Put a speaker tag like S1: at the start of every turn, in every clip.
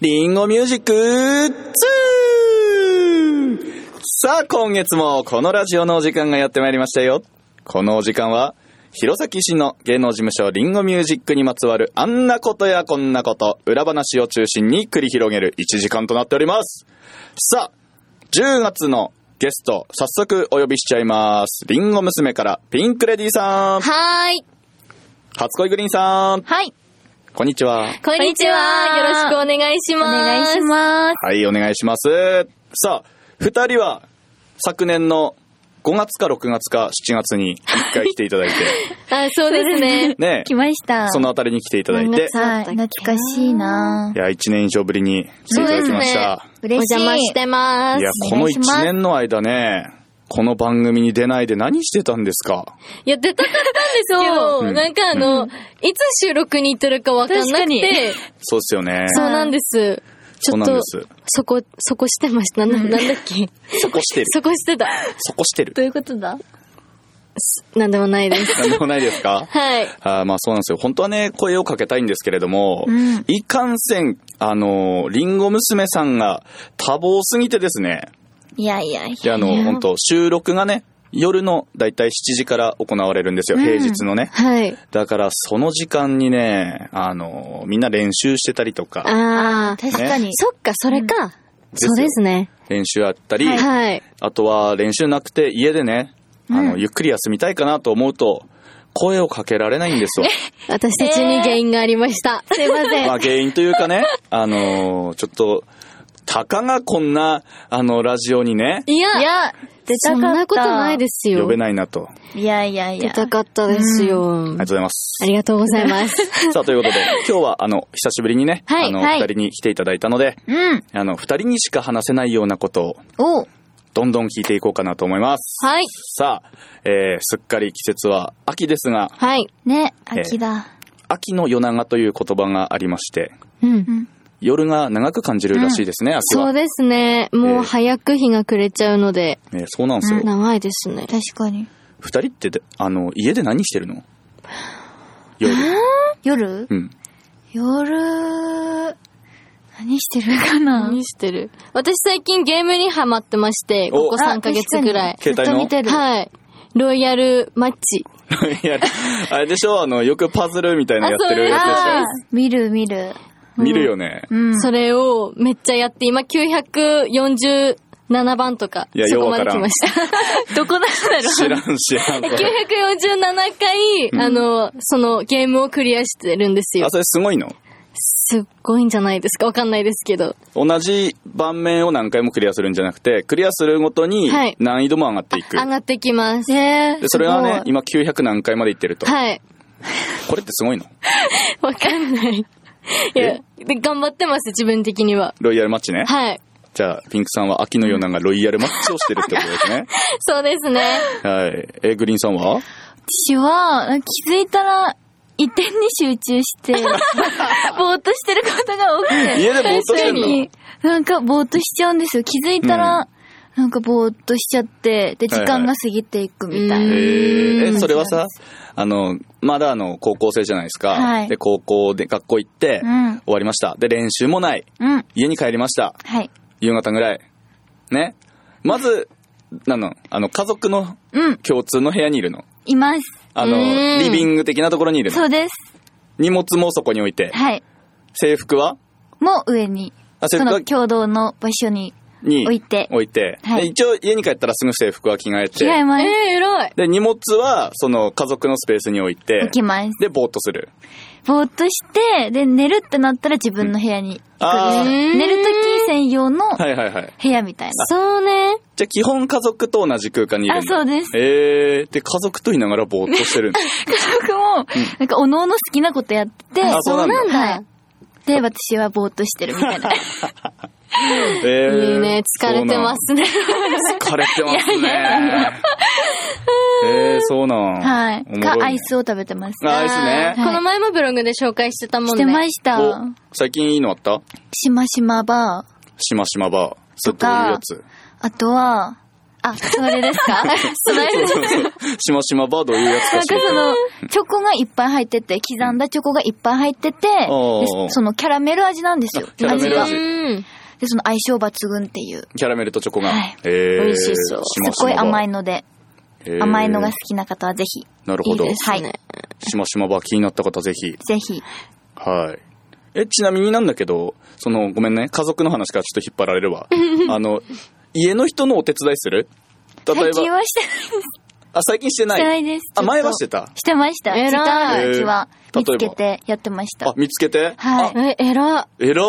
S1: リンゴミュージック2さあ、今月もこのラジオのお時間がやってまいりましたよ。このお時間は、弘前市の芸能事務所リンゴミュージックにまつわるあんなことやこんなこと、裏話を中心に繰り広げる1時間となっております。さあ、10月のゲスト、早速お呼びしちゃいます。リンゴ娘からピンクレディーさん、
S2: はーい。
S1: 初恋グリーンさん、
S2: はい。
S1: こんにちは。
S2: こんにちは。よろしくお願いします。お願いします。
S1: はい、お願いします。さあ、二人は昨年の5月か6月か7月に1回来ていた だいて、
S2: あ、そうですね。
S1: ね
S3: 来、ました。
S1: そのあたりに来ていただいて、
S3: はい。懐かしいない
S1: や、1年以上ぶりに来ていただきました。
S2: お
S3: 嬉しい。
S2: 邪魔してま
S1: いや
S2: す。、
S1: この
S3: お願
S1: 1
S3: いします
S1: 年の間ね、この番組に出ないで何してたんですか
S2: いや、出たかったんですけ
S1: う
S2: ど、
S1: ん
S2: なんかあの、いつ収録に行ってるかわかんなくて、
S1: そうですよね。
S2: そうなんです。ち
S1: そう
S2: ょっ
S1: なんで
S2: と、
S1: す。
S2: そこ、そこしてました。な、なんだっけ
S1: そこ してる。
S2: そこしてた。
S1: そこしてる。
S3: どういうことだ
S2: なんでもないです。
S1: なんでもないですか
S2: はい。
S1: あーまあそうなんですよ。本当はね、声をかけたいんですけれども、
S3: うん
S1: いかんせん、あのー、リンゴ娘さんが多忙すぎてですね、
S3: いやいやいや。
S1: いや、あの、本当収録がね、夜のだいたい7時から行われるんですよ、
S3: うん
S1: 平日のね。
S2: はい。
S1: だから、その時間にね、あの、みんな練習してたりとか、
S2: あー。
S3: 確かに。
S2: そっか、それか。
S1: ですよ
S2: そうですね。
S1: 練習あったり、
S2: はい。
S1: あとは練習なくて家でね、あの、
S3: うん
S1: ゆっくり休みたいかなと思うと、声をかけられないんですよ。
S2: 私たちに原因がありました。
S3: すいません。
S1: まあ原因というかね、あの、ちょっと、たかがこんな、あの、ラジオにね、
S2: い
S3: いや、出たかった。
S2: そんなことないですよ。
S1: 呼べないなと。
S3: いやいやい
S2: 出
S3: や。
S2: たかったです
S1: あ
S2: よ。
S1: りがとうございます。
S2: ありがとうございます。
S1: さあ、ということで、今日は、あの、久しぶりにね、
S2: はい
S1: あの、
S2: はい
S1: 二人に来ていただいたので、
S3: うん。
S1: あの、二人にしか話せないようなことを、
S3: おう
S1: どんどん聞いていこうかなと思います。
S2: はい。
S1: さあ、えー、すっかり季節は秋ですが、
S2: はい。
S3: ね、秋だ。
S1: 秋の夜長という言葉がありまして、
S2: うん。
S3: うん。
S1: 夜が長く感じるらしいですね、秋
S2: そう
S1: は。
S2: ですね。
S1: え
S2: も
S1: ー
S2: う早く日が暮れちゃうので、
S1: えーそうなんですよ。
S2: 長いですね。
S3: 確かに。
S1: 二人ってで、あの、家で何してるの夜。
S3: 夜
S1: うん。
S3: 夜、何してるかな
S2: 何してる私最近ゲームにハマってまして、
S1: お
S2: ここ3ヶ月ぐらい
S3: あ。確かにずっと見てる。
S2: はい。ロイヤルマッチ。
S1: いや、あれでしょあの、よくパズルみたいなのやってるやつでし
S2: あ
S3: あー見る見
S1: ょ
S3: る。
S1: 見るよね。
S3: うん。
S2: それをめっちゃやって、今947番とか、
S1: いや
S2: そこま
S1: ようわ
S2: で
S1: から
S2: 来
S1: ん
S2: ました。 どこなんだろう
S1: 知らん、知らん。これ
S2: 947回、あの、そのゲームをクリアしてるんですよ
S1: あ、。それすごいの
S2: すっごいんじゃないですかわかんないですけど。
S1: 同じ盤面を何回もクリアするんじゃなくて、クリアするごとに
S2: はい
S1: 難易度も上がっていく。
S2: 上がってきます。
S1: でそれはね、
S2: す
S1: 今900何回までいってると。
S2: はい。
S1: これってすごいの
S2: わかんない。いや、で頑張ってます、自分的には。
S1: ロイヤルマッチね。
S2: はい。
S1: じゃあ、ピンクさんは秋の夜長ロイヤルマッチをしてるってことですね。
S2: そうですね。
S1: はい。え、グリーンさんは
S3: 私は、気づいたら、一点に集 中して、ぼーっとしてることが多くて。
S1: 家でぼーっとしてんの
S3: 確かになんかぼーっとしちゃうんですよ。気づいたら、なんかぼーっとしちゃって、で、
S1: はいはい
S3: 時間が過ぎていくみた
S1: え
S2: うんう
S3: いな。
S1: ー、
S2: ん
S1: それはさ、あの、まだあの、高校生じゃないですか。
S3: はい
S1: で、高校で学校行って、
S3: うん。
S1: 終わりました。で、練習もない。
S3: うん。
S1: 家に帰りました。
S3: はい。
S1: 夕方ぐらい。ね。まず、なの、あの、家族の
S3: うん。
S1: 共通の部屋にいるの。
S3: います。
S1: あ
S2: う
S1: の、
S2: ん
S1: リビング的なところにいる
S3: そ
S1: の。
S3: うです。
S1: 荷物もそこに置いて。
S3: はい。
S1: 制服は
S3: もう上に。
S1: あ、制
S3: そ
S1: 服は
S3: の共同の場所に
S1: に
S3: 置いて
S1: 置いて。
S3: はい
S1: で一応家に帰ったらすぐ制服は着替え
S3: 着替
S1: て。
S3: え
S2: えー、
S3: ます。
S2: 偉い。
S1: で、荷物はその家族のスペースに置いて
S3: 置。きます。
S1: で、ぼーっとする。
S3: ぼーっとして、で、寝るってなったら自分の部屋に
S1: あ
S3: 行く。
S1: ー
S3: 寝るとき専用の
S1: はいはいはい。
S3: 部屋みたいな。
S2: そうね。
S1: じゃあ基本家族と同じ空間にいるん
S3: あ、
S1: だ
S3: そうです。
S1: えー、で、家族といながらぼーっとしてる んだ
S3: 僕も、なんか、おのおの好きなことやってて、
S1: あそうなんだ
S3: はいで、私はぼーっとしてるみた いな。
S1: えー
S2: いいね。疲れてますね。
S1: そうなん。疲れてますね。えー、そうなん。
S3: はい
S1: お。もろ
S3: か
S1: い、ね
S3: アイスを食べてます。
S1: あアイスね
S2: この前もブログで紹介してたもん
S3: し
S2: ね。
S3: てました。
S1: お最近いいのあった
S3: しましまバー。
S1: しましまバー。それ
S3: とか
S1: どういうやつ
S3: あとは、あ、それです かそれ
S1: そうそうそう。 しましまバードいうやつ
S3: な
S1: か
S3: ん
S1: し。
S3: からその、チョコがいっぱい入ってて、刻んだチョコがいっぱい入ってて、
S1: おー
S3: でそのキャラメル味なんですよ
S1: あ。キャラメル味
S3: が。
S2: うん。
S3: で、その相性抜群っていう。
S1: キャラメルとチョコが。
S3: はい
S1: えー、
S2: 美味しそう
S3: すっごい甘いので、
S1: の
S3: 甘いのが好きな方はぜひ、
S1: なるほど
S3: いいですね
S2: ね
S1: しましまバー気になった方ぜひ。
S3: ぜひ。
S1: はい。え、ちなみになんだけど、その、ごめんね、家族の話からちょっと引っ張られる わ。あの、家の人のお手伝いする例え
S3: 最近
S1: ば、
S3: はして
S1: あ、最近してな。
S3: ないいしてないです。
S1: あ、前はしてた。
S3: してました。
S2: 偉い
S3: 時間あるうちは
S1: えー
S3: 見つけてやってまし
S1: あ
S3: た、。
S1: 見つけて。
S3: はい。
S2: え、えら。
S1: えら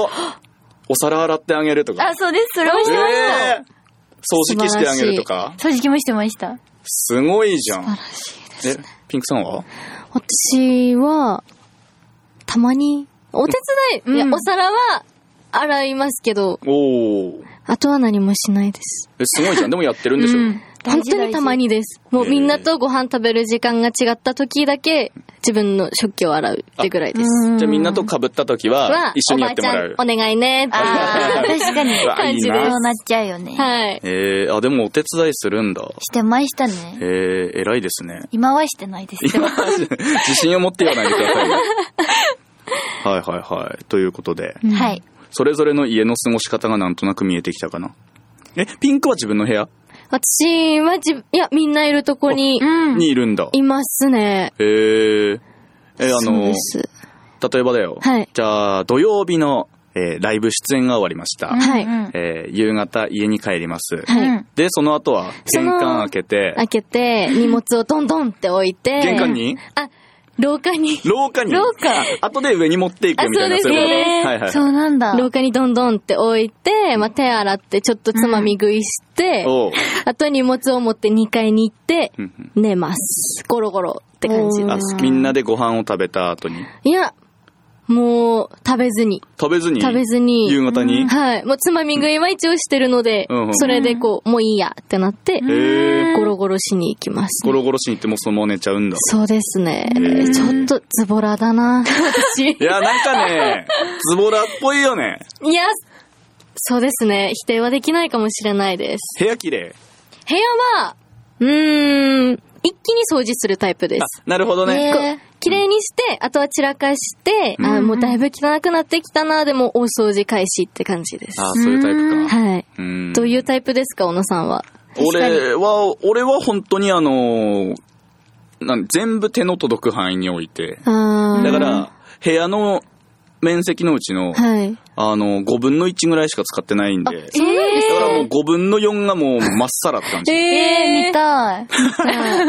S1: お皿洗ってあげるとか。
S3: あ、そうです。それもしてました。
S1: えー掃除機してあげるとか。
S3: 掃除機もしてました。
S1: すごいじゃん。え、ピンクさんは
S2: 私は、たまに、お手伝い、
S3: うん
S2: いや、お皿は、洗いますけど、
S1: おー。
S2: あとは何もしないです。
S1: え、すごいじゃん。でもやってるんでしょ。
S3: うん
S2: 本当にたま。にです。もうみんなとご飯食べる時間が違った時だけ、自分の食器を洗うってぐらいです。
S3: 大事大事
S1: じゃあみんなと被った時は
S2: は、、
S1: 一緒
S2: お
S1: にや
S2: ば
S1: っ
S2: あ
S1: て
S2: ち
S1: も
S2: ゃ
S1: ら
S2: ん
S1: う、。
S2: お願いねって。
S3: あー確かに。
S1: うわいい
S2: 感じです
S1: な
S3: そうなっちゃうよね。
S2: はい。
S1: えー、あ、でもお手伝いするんだ。
S3: してました
S1: え
S3: ね。
S1: ー、偉いですね。
S3: 今はしてないですけど。
S1: 自信を持って言わないでくだ さいよ。はいはいはい。ということで、
S3: はい。
S1: それぞれの家の過ごし方がなんとなく見えてきたかな。え、ピンクは自分の部屋
S2: 私はじ、いや、みんないるとこに
S3: うん。
S1: にいるんだ。
S2: いますね。
S1: えー、え、あ
S2: そう
S1: の
S2: で、す。
S1: 例えばだよ。
S2: はい
S1: じゃあ、土曜日の、えーライブ出演が終わりました。
S2: はい
S3: うん
S1: えー夕方家に帰ります。
S2: はい
S3: うん
S1: で、その後は
S2: そ
S1: 玄
S2: の
S1: 関開けて、
S2: 開けて、荷物をどんどんって置いて。
S1: 玄関に
S2: あ、廊下に。
S1: 廊下に
S2: 廊下。
S1: 後で上に持っていくみたいな、
S2: あそうですね
S1: いこと
S2: えー
S1: はいはい。
S3: そうなんだ。
S2: 廊下にどんどんって置いて、まあ、手洗って、ちょっとつまみ食いして、
S1: おう
S2: あと荷物を持って2階に行って
S1: う、ん
S2: 寝ます。ゴロゴロって感じ
S1: うんあ
S2: です。
S1: みんなでご飯を食べた後に。
S2: いや、もう、食べずに。
S1: 食べずに
S2: 食べずに。
S1: 夕方に、
S2: はい。もうつまみ食いは一応してるので、
S1: うんうん
S2: それでこう、もういいやってなって、
S1: えー、
S2: ゴロゴロしに行きます、
S1: ゴロゴロしに行ってもうそのまま寝ちゃうんだ。
S2: そうですね
S1: ー。
S2: ちょっとズボラだな、 私。
S1: いや、なんかね、ズボラっぽいよね。
S2: いや、そうですね。否定はできないかもしれないです。
S1: 部屋綺麗。
S2: 部屋は、うーん、一気に掃除するタイプで
S1: あ
S2: す。、
S1: なるほどね。
S2: こう綺麗にして、あとは散らかして、
S1: うん
S2: あもうだいぶ汚くなってきたな、でも大掃除開始って感じです。
S1: あ、そういうタイプか。
S2: はい。
S1: うん
S2: どういうタイプですか、小野さんは。
S1: 俺は、俺は本当にあのーなん全部手の届く範囲に置いて。
S2: あー
S1: だから、部屋の面積のうちの、
S2: はい。
S1: あの、5分の1ぐらいしか使ってないんで、だか
S2: そうなんです
S1: らもう5分の4がもうまっさらって感じ。
S2: え
S3: えー、 見たい。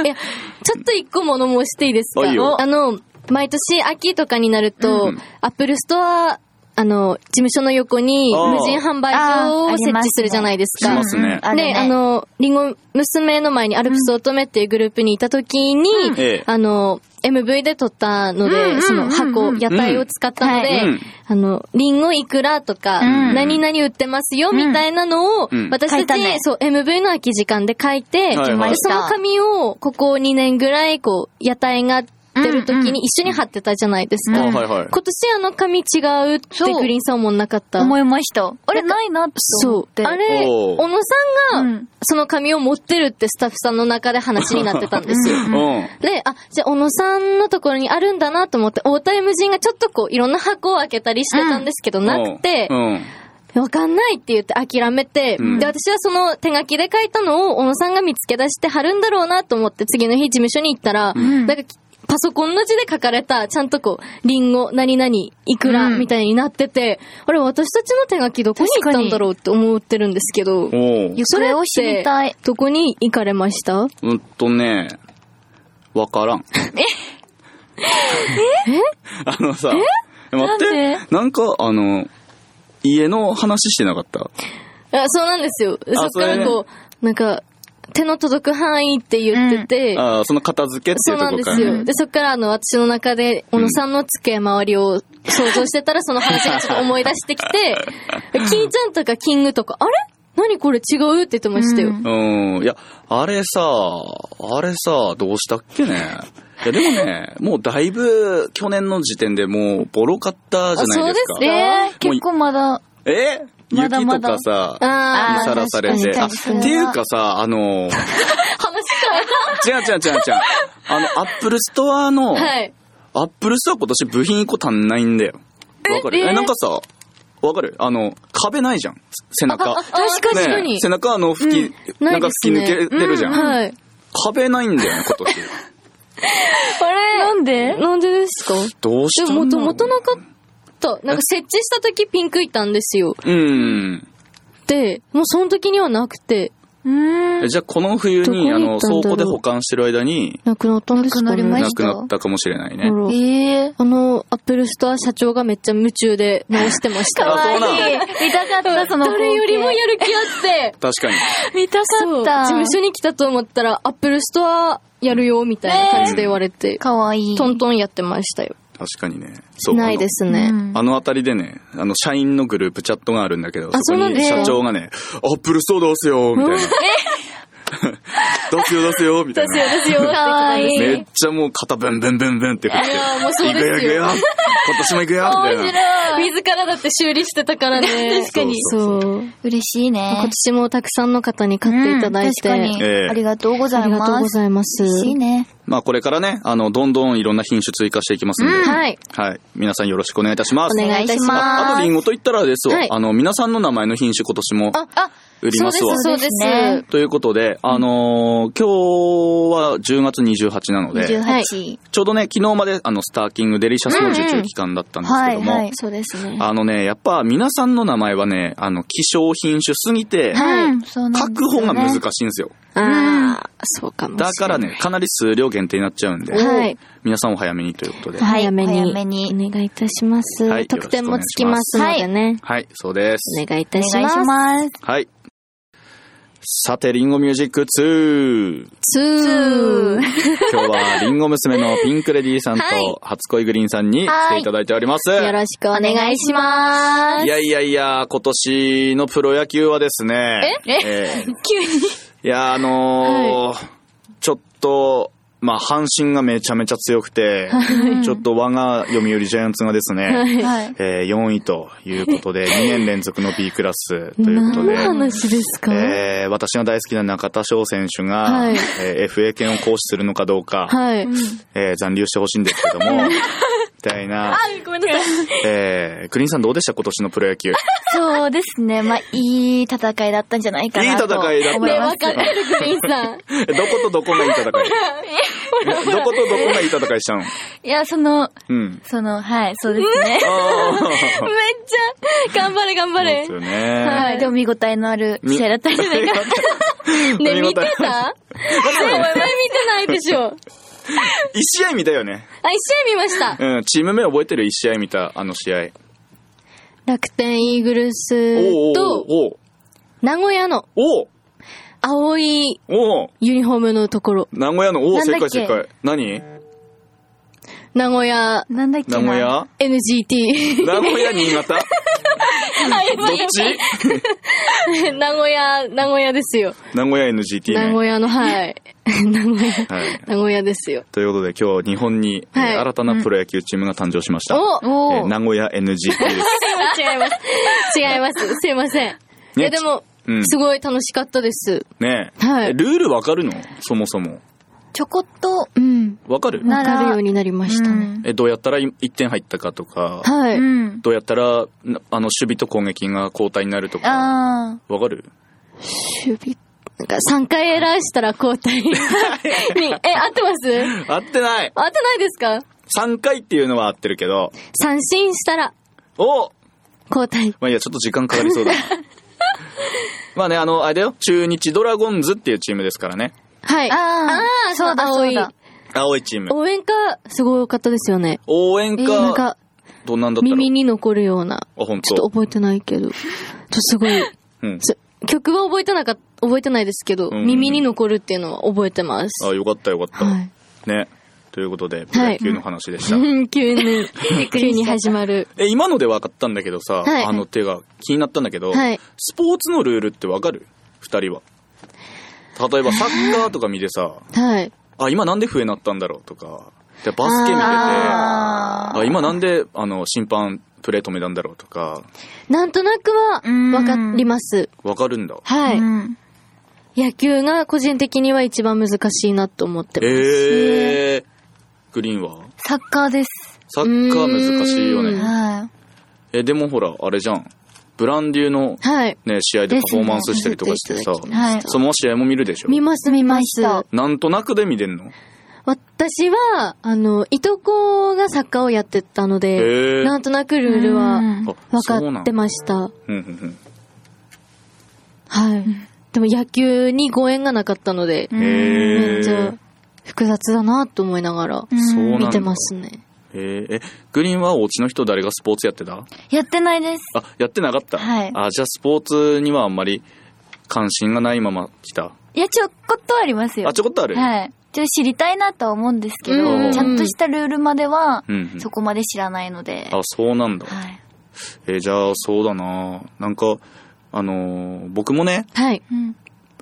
S2: いや、ちょっと一個物申していいです
S1: あ
S2: か
S1: いいよ
S2: あの、毎年秋とかになる
S1: う
S2: と、
S1: ん
S2: アップルストア、あの、事務所の横に
S1: あー
S2: 無人販売所
S3: あー
S2: を
S3: あ
S2: 設
S3: りますね
S2: 置するじゃないです
S1: し
S2: か
S1: ま。すね
S3: うんうんる
S2: で、あの、リンゴ娘の前にアルプス乙女っていうグループにいた時に、
S1: んええ
S2: あの、MV で撮ったので、
S3: うんうんうんうん
S2: その箱、屋台を使ったので、
S1: うんはい
S2: あの、リンゴいくらとか、
S3: うん
S2: 何々売ってますよ、みたいなのを、
S1: うん
S2: 私
S3: 書
S2: た
S3: いた
S2: ち、
S3: ね
S2: そう、MV の空き時間で書いて、
S1: はいはい
S2: でその紙を、ここ2年ぐらい、こう、屋台が出る時
S3: うんうん
S2: に一緒に貼ってたじゃないです
S1: あ、
S2: か。
S1: はいはい。
S2: 今年あの紙違うって
S3: そう
S2: グリーンさんもなかった。
S3: 思いました。あれ、ないなって思
S2: そ
S3: っ
S2: う。
S3: て。
S2: あれ、
S1: おう
S2: 小野さん
S3: う
S2: が、
S3: ん
S2: その紙を持ってるってスタッフさんの中で話になってたんですよ。
S1: うん。
S2: で、あ、じゃあ、小野さんのところにあるんだなと思って、大田無人がちょっとこう、いろんな箱を開けたりしてたんですけど、なくて
S1: う、ん。
S2: わかんないって言って諦めて、
S1: うん
S2: で、私はその手書きで書いたのを小野さんが見つけ出して貼るんだろうなと思って、次の日事務所に行ったら、
S3: ん
S2: なんか、パソコンの字で書かれた、ちゃんとこう、リンゴ、何々、いくら、
S3: うん
S2: みたいになってて、あれ、私たちの手書きどこに行ったんだろうって思ってるんですけど、
S1: おう。
S2: それ
S3: 行方
S2: っ
S3: を知り
S2: て
S3: たい、
S2: どこに行かれました
S1: うんとね、わからん。 えあのさ、待って
S3: な
S1: なん
S3: で
S1: んか、あの、家の話してなかった
S2: あそうなんですよ。そっ
S1: そ
S2: か
S1: れね
S2: らこう、なんか、手の届く範囲って言ってて、
S1: あーその片付けって
S2: そ
S1: いううと
S2: なん
S1: こ
S2: で
S1: から
S2: す
S1: ね、
S2: よ。で、そっからあの、私の中で、小野さんの机周りを想像して たら、その話がちょっと思い出してきて、キーちゃんとかキングとか、あれ何これ違うって言ってましたよ。
S3: うん
S1: うん。いや、あれさ、あれさ、どうしたっけね。いや、でもね、もうだいぶ去年の時点でもうボロかったじゃないですか。
S2: あそうですね
S3: えー、結構まだ、
S1: え
S3: まだ
S1: 雪
S3: ま
S1: と
S3: だ
S1: か。さ、
S2: あ
S1: に
S2: ー
S1: さらされて。
S3: 確
S1: あ、っ
S3: かに
S1: て
S3: 確かに
S1: いうかさ、あの、違う違う違う違う。
S2: 話変え
S1: あの、アップルストアの、
S2: た。はい。
S1: アップルストア今年部品1個足んないんだよ。わかる
S2: え
S1: え、なんかさ、わかるあの、壁ないじゃん。背中。
S2: あ確かに確かに
S1: ね背中あの、吹き、なんか吹き抜けてるじゃん。
S2: はい。
S1: 壁ないんだよね、今 年。
S2: あれ
S3: なんで
S2: なんでですか
S1: どうし
S2: で
S1: た
S2: も
S1: んだ
S2: もと
S1: ろう
S2: もとなかった。なんか設置した時ピンクいたんですよ。
S1: うん。
S2: で、もうその時にはなくて、
S3: うー
S1: え
S3: ん。
S1: じゃあこの冬に、あの、
S2: どこに行ったんだろ
S1: 倉庫
S2: う
S1: で保管してる間に、
S2: なくなったんですか、ね、
S3: なくなりま
S1: な
S3: し
S1: くなったかもしれないね。
S2: あら
S3: ええ
S2: あの、アップルストア社長がめっちゃ夢中で直してまし
S3: か
S2: た。
S1: わい
S3: わ
S1: い
S3: いい。見たかった、その光景。
S2: 誰よりもやる気あって、
S1: 確かに。
S3: 見たか
S2: そう、事
S3: った。
S2: 務所に来たと思ったら、アップルストアやるよ、みたいな感じで言われて、
S3: かわいい。
S2: トントンやってましたよ。
S1: 確かにね。そう。
S2: ない
S1: あ
S2: で
S1: の
S2: すね。
S3: うん
S1: あの辺りでね、あの、社員のグループチャットがあるんだけど、
S2: あ
S1: そこ
S2: そうなんで
S1: に
S2: す
S1: 社
S2: か
S1: 長がね、アップルストア出すよ、みたいな。出すよ、出すよ、みたいな。
S2: ですよ、かわい
S1: めっちゃもう肩ブンブンブンブンって振って、
S2: やーもうそう
S1: 行
S2: で
S1: く
S2: す
S1: よ
S2: よ
S1: 行くよ、今年も行くよ、みたいな。
S2: 自らだって修理してたから ね。
S1: 確かに
S2: そう。
S3: 嬉しいね。
S2: 今年もたくさんの方に買っていただいて。
S3: うん確かに、
S1: ええ
S3: ありがとうござ
S2: あ
S3: い
S2: り
S3: ま
S2: が
S3: す。
S2: とうございます。
S3: 嬉しいね。
S1: まあこれからね、あの、どんどんいろんな品種追加していきますんで、
S2: はい。
S1: はい。皆さんよろしくお願いいたします。
S2: お願いいたします
S1: ああとリンゴと言ったらですわ、
S2: はい
S1: あの、皆さんの名前の品種今年も
S2: あ、あ、
S1: 売りますわ。
S2: そうです、そう
S3: そうで
S2: です。
S1: ということで、あのー今日は10月28なので、
S3: 28。
S1: ちょうどね、昨日まであの、スターキングデリシャスの受注期間だったんですけ
S3: は
S1: ど
S3: い、
S1: も、
S3: はい。
S2: そうですね。
S1: あのね、やっぱ皆さんの名前はね、あの、希少品種すぎて、
S2: はい
S3: うんそうなんです
S1: 確
S3: よ
S1: 保
S3: ね
S1: が難しいんですよ。
S2: ああ、そうかもしれ
S1: だ
S2: ない。
S1: からね、かなり数量限定になっちゃうんで、
S2: はい。
S1: 皆さんお早めにということで。
S3: はい
S2: 早めに。
S3: 早めに
S2: お願いいたします。
S1: はい
S2: 特典もつきますのでね。
S1: はい、そうです。
S2: お願いいたし
S3: お願い
S2: ま
S3: し
S2: す。
S3: ます。
S1: はい。さて、リンゴミュージック 2!
S2: ツー。
S1: 今日はリンゴ娘のピンクレディーさん
S2: は
S1: と
S2: い
S1: 初恋グリーンさんに来ていただいております。
S2: よろしくお願いしま
S1: いやいやいや、今年のプロ野球はですね。
S2: え
S1: え
S2: す。急に。
S1: えいや、あのーちょっと、まあ、阪神がめちゃめちゃ強くて、ちょっと我が読売ジャイアンツがですね、
S3: はい。
S1: えー4位ということで、2年連続の B クラスということ
S2: 何の
S1: で。
S2: 話ですか
S1: えー私が大好きな中田翔選手が、
S2: はい
S1: えー FA 権を行使するのかどうか、
S2: はい。
S1: えー残留してほしいんですけど も、みたいな、
S2: ごめんなさい。
S1: えー、グリーンさんどうでした今年のプロ野球。
S3: そうですね。まあ、いい戦いだったんじゃないかなと。
S1: いい戦いだった
S3: 思
S2: ね、
S3: います
S2: わかってる、グリーンさん。
S1: え どことどこがいい戦いえどことどこがいい戦いしたの
S3: いや、その、
S1: うん。
S3: その、はい、そうですね。
S1: あ
S2: めっちゃ、頑張れ、頑張
S1: あ。
S2: れ
S1: そうです。よね。
S2: は
S3: はい。でも見応えのある試合だったんじゃな いかな。
S2: ね、見て
S1: た
S2: たお前見てないでしょ。
S1: 一試合見たよね。
S2: あ、一試合見ました。
S1: うん、チーム名覚えてる一試合見た、あの試合。
S2: 楽天イーグル
S1: お
S2: スと、
S1: おう
S2: 名古屋の
S1: おう
S2: 青い
S1: おうおう
S2: ユニフォームのところ。
S1: 名古屋の、おお
S3: なんだ
S1: 正
S3: っ
S1: 解正
S3: け
S1: 解。何
S2: 名古屋
S3: なんだっけ
S1: 名
S3: な。
S1: 古屋
S2: NGT。
S1: 名古屋、新潟どっち
S2: 名古屋、名古屋ですよ。
S1: 名古屋 NGT
S2: 名
S1: ね。
S2: 古屋 の、はい。名古屋、
S1: はい。
S2: 名古屋です よ。
S1: ということで今日日本に、えー
S2: はい
S1: 新たなプロ野球チームが誕生しました。
S2: お
S1: えー
S3: おー
S1: 名古屋 NGT です。
S2: 違います。違います。すいません。いや、でも、
S1: うん
S2: すごい楽しかったです。
S1: ねえ、
S2: はい
S1: えルールわかるのそもそも。
S3: ちょこっと、
S2: うん。
S1: わかる
S3: な
S2: わかるようになりましたね。
S1: え、どうやったらい1点入ったかとか、
S2: は
S3: う
S2: い。
S3: ん。
S1: どうやったら、なあの、守備と攻撃が交代になるとか、
S3: あ
S1: わかる
S2: 守備。なんか3回エラーしたら 交代に。え、合ってます
S1: 合ってない
S2: 合ってないですか
S1: !3 回っていうのは合ってるけど、
S2: 三振したら
S1: お
S2: 交代。
S1: まあいいや、ちょっと時間かかり そうだな。まあね、あの、あれだよ、中日ドラゴンズっていうチームですからね。
S2: はい。
S3: あー
S2: ー
S3: そうだ
S2: 青い
S3: そうだ
S1: 青いチーム。
S2: 応援歌、すごい良かったですよね。
S1: 応援歌、
S2: なんか、
S1: どんなんだったろ
S2: 耳
S1: う
S2: に残るような。
S1: あ、本
S2: ちょっと
S1: 当。
S2: 覚えてないけど。ちょっとすごい。
S1: うん。
S2: す曲は覚えてなかっ覚えてないですけ
S1: う
S2: ど、
S1: ん
S2: 耳に残るっていうのは覚えてます。
S1: あ、よかったよかった。
S2: はい
S1: ね。ということで、プロ野球の話で した。
S2: うん急に、急に始まる。
S1: え、今ので分かったんだけどさ、
S2: はい
S1: あの手が気になったんだけど、
S2: はい
S1: スポーツのルールって分かる二人は。例え ばサッカーとか見てさ、
S2: はい。
S1: あ、今なんで笛鳴ったんだろうとか、でバスケ見てて、あ
S3: あ。
S1: 今なんで、あの、審判プレート目なんだろうとか、
S2: なんとなくは
S3: うん
S2: 分かります。
S1: わかるんだ。
S2: はい、
S3: うん
S2: 野球が個人的には一番難しいなと思ってます。
S1: えー、グリーンは
S3: サッカーです。
S1: サッカー難しいよ
S2: う
S1: ね
S2: ん。
S3: は
S1: え、でもほら、あれじゃん。ブランデューの
S2: はい。
S1: ね、試合でパフォーマンスしたりとかしてさ
S2: ですね、
S3: い。はい。
S1: その試合も見るでしょ
S2: 見ます見ます。
S3: 見まし
S1: なんとなくで見てんの
S2: 私は、あの、いとこがサッカーをやってたの
S1: へ
S2: で、
S1: ー
S2: なんとなくルールは
S3: うん
S1: あそうな
S2: 分か
S1: ん
S2: っ
S1: だ
S2: てました。
S1: うんうんうん
S2: はい。でも野球にご縁がなかったので、
S3: うん
S1: へ
S2: めっち
S1: ー
S2: ゃ複雑だなと思いながら
S3: うん
S1: そうなんだ
S2: 見てますね。
S1: へーえ、グリーンはお家の人誰がスポーツやってた
S3: やってないです。
S1: あ、やってなかった。
S3: はい
S1: あ、じゃあスポーツにはあんまり関心がないまま来た。
S3: いや、ちょこっとありますよ。
S1: あ、ちょこっとある。
S3: はい。ちょっと知りたいなとは思うんですけど、
S1: うん
S3: ちゃんとしたルールまでは
S1: うんうん、
S3: そこまで知らないので。
S1: あ、そうなんだ。
S3: はい。
S1: えーじゃあそうだななんか、あのー僕もね、
S2: はい。
S3: うん。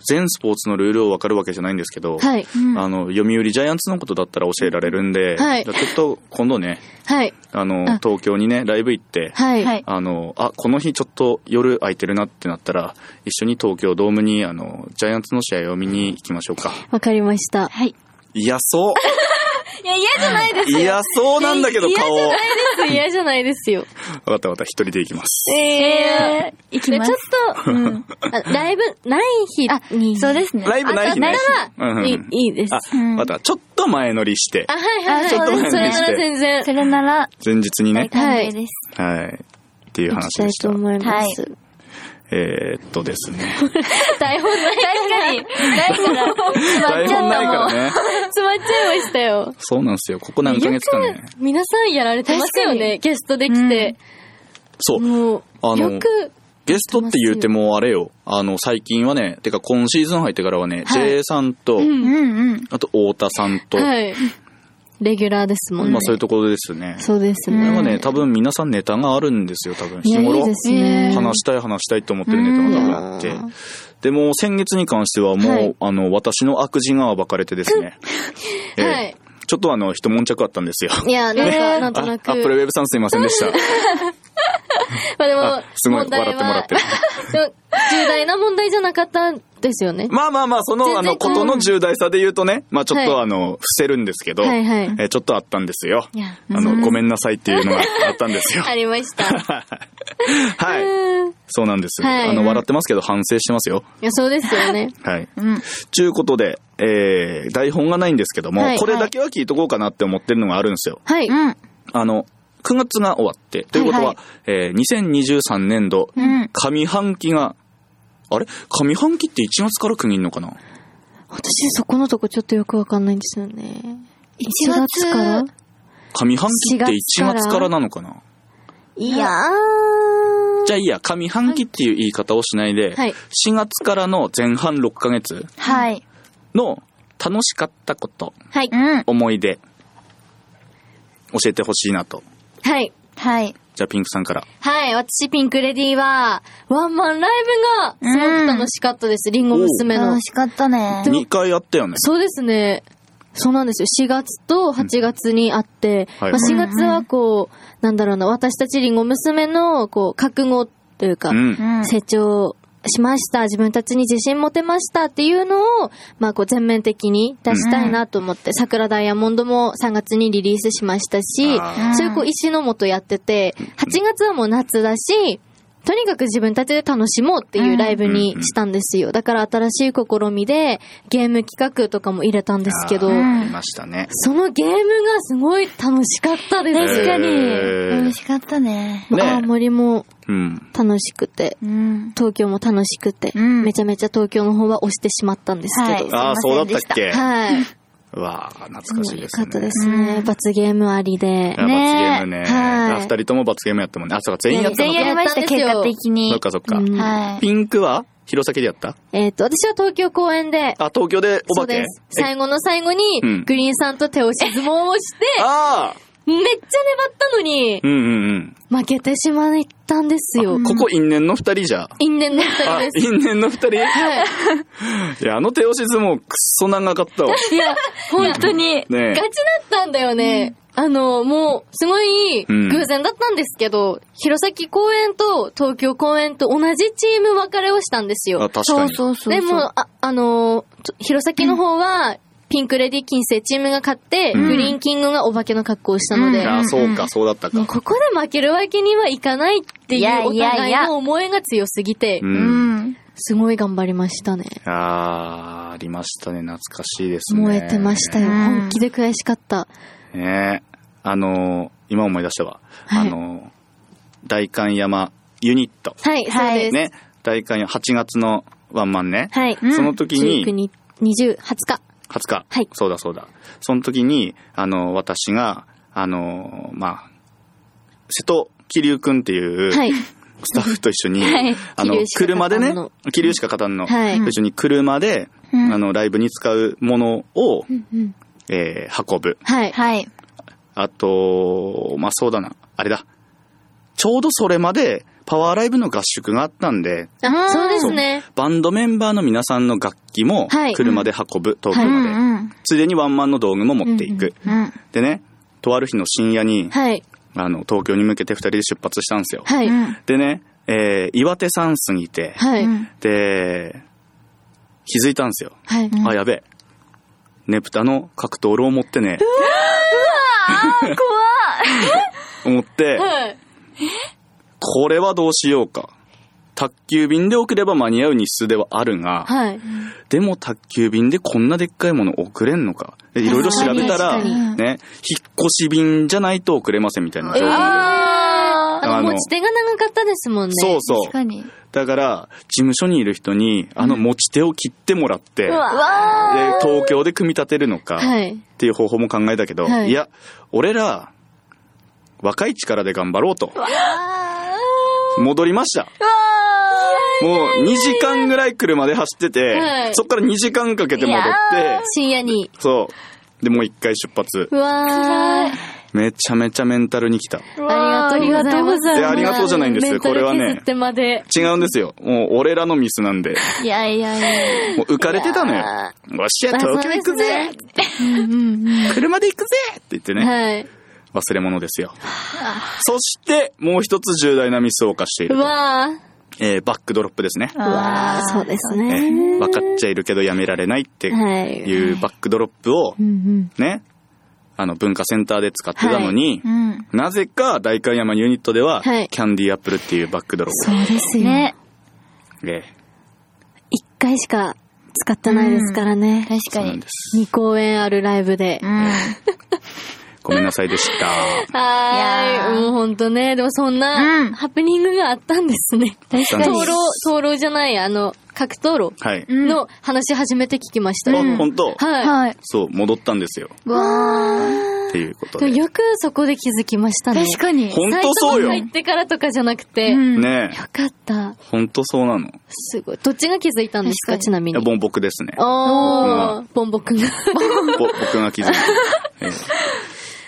S1: 全スポーツのルールをわかるわけじゃないんですけど、
S2: はい。
S3: うん
S1: あの、読売ジャイアンツのことだったら教えられるんで、
S2: はい
S1: じゃあちょっと今度ね、
S2: はい。
S1: あの、
S2: あ
S1: 東京にね、ライブ行って、
S2: はい。
S3: はい
S1: あの、あ、この日ちょっと夜空いてるなってなったら、一緒に東京ドームに、あの、ジャイアンツの試合を見に行きましょうか。
S2: わかりました。
S3: はい。
S1: 嫌そう
S3: いや、嫌じゃないです。
S1: 嫌そうなんだけど、顔。わ
S2: 嫌じゃないです よ。
S1: かったわかった、一人で行きます。
S2: え
S3: えー、いきます。
S2: ちょっ
S3: うん
S2: と、あライブない日に。
S3: そうですね。
S1: ライブない日ね。
S2: なら、いいいいです。
S1: あ、
S3: うん
S1: また、ちょっと前乗りして
S2: あ、、はいはいはい。
S3: あちょっと
S1: 前に
S2: それな
S1: して
S2: ら全然。
S3: それなら、
S1: 前日に
S3: 大
S1: ね、
S3: 歓迎 です。
S1: はい、っていう
S2: 行
S1: 話
S2: きたい
S1: でした
S2: と。思い ます。
S1: えーっとですね。
S2: 台本ない から。
S3: 確かに。
S1: 台本ないからね。
S2: 詰まっちゃいましたよ。
S1: そうなんですよ。ここ何ヶ月かね。
S2: 皆さんやられてますよ
S3: 確か
S2: ね、ゲストで来て。
S1: そう。
S2: も
S1: あ
S2: う、
S1: の
S2: よく、
S1: ゲストって言うてもあれよ。あの、最近はね、てか今シーズン入ってからはね、
S2: はい
S1: J さんと、
S2: うん
S3: うんうん。
S1: あと太田さんと、
S2: はい。レギュラーですもんね。
S1: まあそういうところですね。
S2: そうで
S1: こ
S2: す
S1: れ
S2: ね。
S1: はね、多分皆さんネタがあるんですよ、多分。
S2: い
S1: 日
S2: や、いい
S1: 頃
S2: で。すね。
S1: 話したい話したいと思ってるネタが多分あって
S2: うんいや。
S1: でも、先月に関してはもう、
S2: はい
S1: あの、私の悪事が暴かれてですね。ええ
S2: はい
S1: ちょっとあの、一悶着あったんですよ。
S2: いや、なん
S3: え
S2: か、
S3: ー
S2: なん
S1: あ
S2: と
S1: ア
S2: な
S1: ッ
S2: く。
S1: プルウェブさんすいませんでした。
S2: まあで
S1: あ
S2: も、
S1: すごい
S2: 問題
S1: 笑
S2: は
S1: ってもらってる。
S2: でも 重大な問題じゃなかったんですよね。
S1: まあまあまあ、そ
S2: 全
S1: の、
S2: 然
S1: あの、ことの重大さで言うとね、まあちょっとあの、伏せるんですけど、
S2: はいはい
S1: えーちょっとあったんですよ。
S2: いや
S1: あの、ごめんなさいっていうのがあったんです よ。
S2: ありま した。
S1: はい。
S2: うんい
S1: そうなんです。
S2: はい
S1: あの、笑ってますけど、反省してますよ。
S2: や、そうですよね。
S1: はい。
S3: うん。
S1: ちゅうことで、えー、台本がないんですけども、
S2: はい
S1: これだけは聞いとこうかなって思ってるのがあるんですよ。
S2: はい。
S3: うん。
S1: あの、9月が終わって、ということは、
S3: はい
S1: えー、2023年度、
S3: うん。
S1: 上半期が、あれ上半期って1月から区切るのかな
S2: 私、そこのとこちょっとよくわかんないんですよね。
S3: 1
S2: 1月から
S1: 上半期って1月
S2: 4月
S1: か
S2: からら
S1: なのかない
S2: や
S1: じゃあいいや、上半期っていう言い方をしないで、
S2: はい
S1: 4月からの前半6ヶ月
S3: はい。
S1: の楽しかったこと、
S2: はい。
S3: うん。
S1: 思い出、教えてほしいなと。
S2: はい。
S3: はい。
S1: じゃあピンクさんから。
S2: はい、私、ピンクレディーは、ワンマンライブが、すごく楽しかったです。リンゴ娘の
S3: 楽。しかったね。
S1: 2回やったよね。
S2: そうですね。そうなんですよ。4月と8月にあって、
S1: うんはい
S2: まあ、
S1: はい
S2: 4月はこう、なんだろうな、私たちりんご娘の、こう、覚悟というか、
S1: うん
S3: う。ん。
S2: 成長しました、自分たちに自信持てましたっていうのを、まあ、こう、全面的に出したいなと思って、桜ダイヤモンドも3月にリリースしましたし、
S1: あ
S3: ー
S2: そういうこう、石のもとやってて、8月はもう夏だし、とにかく自分たちで楽しもうっていうライブにしたんですよ。だから新しい試みでゲーム企画とかも入れたんですけど
S1: あ、
S3: うん
S1: ーありましたね。
S2: そのゲームがすごい楽しかったで
S3: 確
S2: す。
S3: かに。
S1: えー
S3: 楽しかったね。
S1: ね
S2: 青森も
S1: うん。
S2: 楽しくて、
S3: うん。
S2: 東京も楽しくて、
S3: うん
S2: めちゃめちゃ東京の方は押してしまったんですけど。
S1: ああ、
S3: すい
S1: そうだ
S3: ませ
S1: っ
S3: ん
S1: たっ
S3: でした
S1: け
S2: はい。
S1: わあ、懐かしい
S2: よ
S1: です
S2: か
S1: ね。
S2: ったですね。
S3: うん
S2: 罰ゲームありで
S1: い。や罰ゲームね。
S2: ねはい
S1: あ二人とも罰ゲームやったもんね。あ、そうか、全員やった
S3: 全
S1: の
S3: 員
S1: か。
S3: やりました、
S2: やったんです
S3: 結
S2: よ
S3: 果的に
S1: そっ。かそっか。
S2: うん
S3: はい。
S1: ピンクは弘前でやった
S2: えっ、と、私は東京公演で、
S1: あ、東京でお
S2: そ
S1: 化
S2: う
S1: け
S2: です。最後の最後に
S1: うん、
S2: グリーンさんと手を沈もうをして、
S1: ああ
S2: めっちゃ粘ったのに
S1: う、んうん
S2: 負けてしまったんですよ
S1: うん。。ここ因縁の二人じゃ。
S2: 因縁の二人
S1: あ
S2: で、す。
S1: 因縁の二人い
S2: はい。
S1: や、あの手押し相撲くっそ長かったわ。
S2: いや、
S3: 本当に。
S1: ね
S2: ガチだったんだよね。あの、もう、すごい、
S1: うん
S2: 偶然だったんですけど、弘前公園と東京公園と同じチーム別れをしたんです
S1: え。あ、
S2: よ。
S1: 確
S3: そ
S1: か
S3: う
S1: に。
S3: そうそう。
S2: でも、、あ、あのー、ちょ弘前の方は、ピンクレディ金星チームが勝って、
S1: うん
S2: グリーンキングがお化けの格好をしたので、
S3: うん
S1: あ、そうか、そうだった
S2: もう
S1: か。
S2: ここで負けるわけにはいかないって
S3: い
S2: い
S3: や
S2: うお
S3: いや
S2: 互
S3: い
S2: い
S3: や
S2: の思いが強すぎて
S1: う、。
S3: うんん。
S2: すごい頑張りましたね。
S1: あーありましたね。懐かしいですね。
S2: 燃えてましたよ。
S3: うん
S2: 本気で悔しかった。
S1: ねえ。あのー、今思い出したわ。
S2: はい
S1: あのー、大観山ユニット。
S2: はい、そうです。
S1: ね。大観山8月のワンマンね。
S2: はい。
S3: うん
S1: その時に
S2: 19、に20、20日。
S1: 20日。
S2: はい
S1: そうだそうだ。その時に、あの、私が、あの、まあ、瀬戸桐生くんっていう、
S2: はい。
S1: スタッフと一緒に、
S2: はい
S1: あの
S2: 桐生、しか
S1: 車でね
S2: 勝たんの、
S1: 桐生しか勝たんの、
S2: はい
S1: 一緒に車で、
S3: うん
S1: あの、ライブに使うものを、
S2: うん
S1: えー運ぶ。
S2: はい。
S3: はい。
S1: あと、まあ、そうだな、あれだ。ちょうどそれまで、パワーライブの合宿があったんで、
S2: あ、そうですね。
S1: バンドメンバーの皆さんの楽器も
S2: はい、
S1: 車で運ぶ、東京
S2: はい
S3: うん
S1: まで。
S3: うん。
S1: ついでにワンマンの道具も持っていく。
S2: うん
S3: うん。
S1: でね、とある日の深夜に、
S2: はい。
S1: あの、東京に向けて二人で出発したんですよ。
S2: はい。
S3: うん
S1: でね、えー岩手山過ぎて、
S2: はい。
S3: うん
S1: で、気づいたんですよ。
S2: はい。
S3: ん
S1: あ、やべえ。ネプタの格闘炉を持ってね、
S3: 怖
S1: 思って、
S2: はい。
S1: これはどうしようか。宅急便で送れば間に合う日数ではあるが、
S2: はい。
S1: でも宅急便でこんなでっかいもの送れんのか。でいろいろ調べたら、
S2: 確か
S3: に
S1: ね、引っ越し便じゃないと送れませんみたいな情報
S2: う
S1: が
S2: わ
S3: あー
S2: あ
S1: あの
S2: の、持ち手が長かったですもんね。
S1: そうそう
S3: 確。かに。
S1: だから、事務所にいる人に、あの持ち手を切ってもらって、
S2: うわ
S3: わ
S1: で東京で組み立てるのか、
S2: はい。
S1: っていう方法も考えたけど、
S2: はい
S1: い、や、俺ら、若い力で頑張ろうと。戻りました。もう2時間ぐらい車で走ってて、
S2: はい
S1: そっから2時間かけて戻っ
S3: いや
S1: て、
S2: 深夜に。
S1: そう。で、もう一回出発
S2: う。わー。
S1: めちゃめちゃメンタルに来た。
S3: うわ
S2: ありがとうございます。
S1: いやありがとうじゃないんですよ
S2: メンタル
S1: これはね
S2: 削ってまで。
S1: 違うんですよ。もう俺らのミスなんで。
S3: いやいやいや。
S1: もう浮かれてたのよ
S2: いや。
S1: よっしゃ、東京行くぜ、車で行くぜって言ってね、
S2: はい。
S1: 忘れ物ですよ。そして、もう一つ重大なミスを犯している
S2: う。わー。
S1: えーバックドロップですね。
S2: うわー。そうですね。
S1: ね分かっちゃいるけどやめられないって
S2: はい。
S1: いうバックドロップを
S2: うんうん。
S1: ね、あの文化センターで使ってたのに、
S3: うん。
S1: なぜか代官山ユニットでは、
S2: はい
S1: キャンディーアップルっていうバックドロ
S2: そう
S1: ッ
S2: ですよ。
S3: ね。
S1: プ。ええ
S2: 一回しか使ってないですからね。
S3: 確
S1: そ
S3: か
S1: うなん
S3: に
S1: で。す。
S2: 2公演あるライブで
S3: う。ん。
S1: ごめんなさいでした。
S2: はー
S3: い
S2: い。
S3: やー
S2: もうほんとね、でもそん
S3: う
S2: なんハプニングがあったんですね。
S3: 確
S1: か
S3: か
S1: に
S3: に。
S2: 灯籠、灯籠じゃない、あの、格闘炉
S1: はい。
S3: うん
S2: の話初めて聞きました。
S3: うん
S1: あ、本当、
S2: は
S3: はい。
S1: そう、戻ったんですよ。
S3: わー。
S1: っていうこと
S2: い。
S1: で。
S2: でも
S1: ね
S2: よくそこで気づきましたね。
S3: 確かに。
S1: ほんとそうよ
S2: サイトに入ってからとかじゃなくて。
S3: う
S2: よ
S3: ん
S2: かった。
S1: え、ほんとそうなの。い
S2: すごい。どっちが気づいたんですか、
S3: 確かに
S2: ちなみ
S1: や、
S2: に。
S1: ぼん僕ですね。
S2: おー、ボンボ君 が。
S1: ぼ僕が気づいた。ええ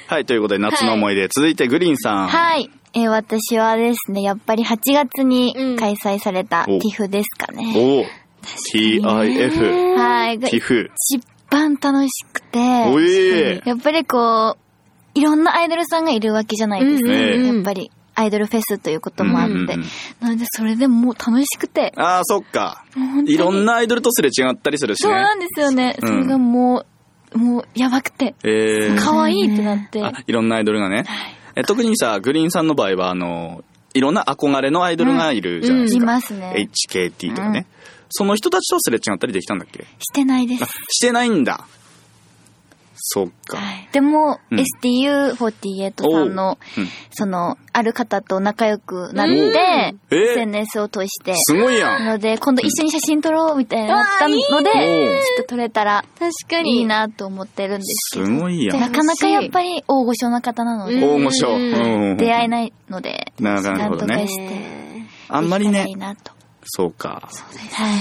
S1: はい、ということで、夏の思い出。続いて、グリーンさん。
S3: はい。えー私はですね、やっぱり8月に
S2: うん
S3: 開催された
S1: お
S3: TIFF ですかね。
S1: おお TIF。
S3: はい。が
S1: 寄
S3: 一
S1: 付。
S3: 番楽しくて、
S1: おえ
S3: やっぱりこう、いろんなアイドルさんがいるわけじゃないですか。
S1: うんうん
S2: うん
S3: やっぱり、アイドルフェスということもあって。
S1: うんうんうん
S3: なので、それでもう楽しくて。
S1: ああ、そっか。
S3: もう本当に
S1: いろんなアイドルとすれ違ったりするし
S3: そう
S1: ね。
S3: なんですよね。
S1: うん
S3: それがもう、もう、やばくて。
S1: えー
S3: 可愛いってなって。
S1: あ、いろんなアイドルがね。え特にさ、グリーンさんの場合は、あの、いろんな憧れのアイドルがいるじゃないです
S3: い
S1: か。
S3: ますね。
S1: HKT とかね。その人たちとすれ違ったりできたんだっけ
S3: してないです
S1: あ。、してないんだ。そっか。
S3: はいでも、
S1: うん
S3: STU48 さんの
S1: おううん、
S3: その、ある方と仲良くなっ
S1: うん
S3: て、
S1: えー
S3: SNS を通して、
S1: すごいや。
S3: なんので、今度一緒に写真撮ろうみたいになったので、ちょ
S1: お
S2: うん
S3: っ
S1: う
S3: と撮れたら
S2: 確かに。
S3: いいなと思ってるんです
S1: す
S3: けど、
S1: ごいや。
S3: なんかなかやっぱり大御所な方なの
S2: う
S3: で、
S2: ん
S1: 大御所。
S2: うん
S3: 出会え
S1: い。
S3: ないので、
S1: なるほどね
S3: なんとかして、
S2: ね
S1: あんまりね
S3: でき、たらいいなと。
S1: そうか。
S3: はい。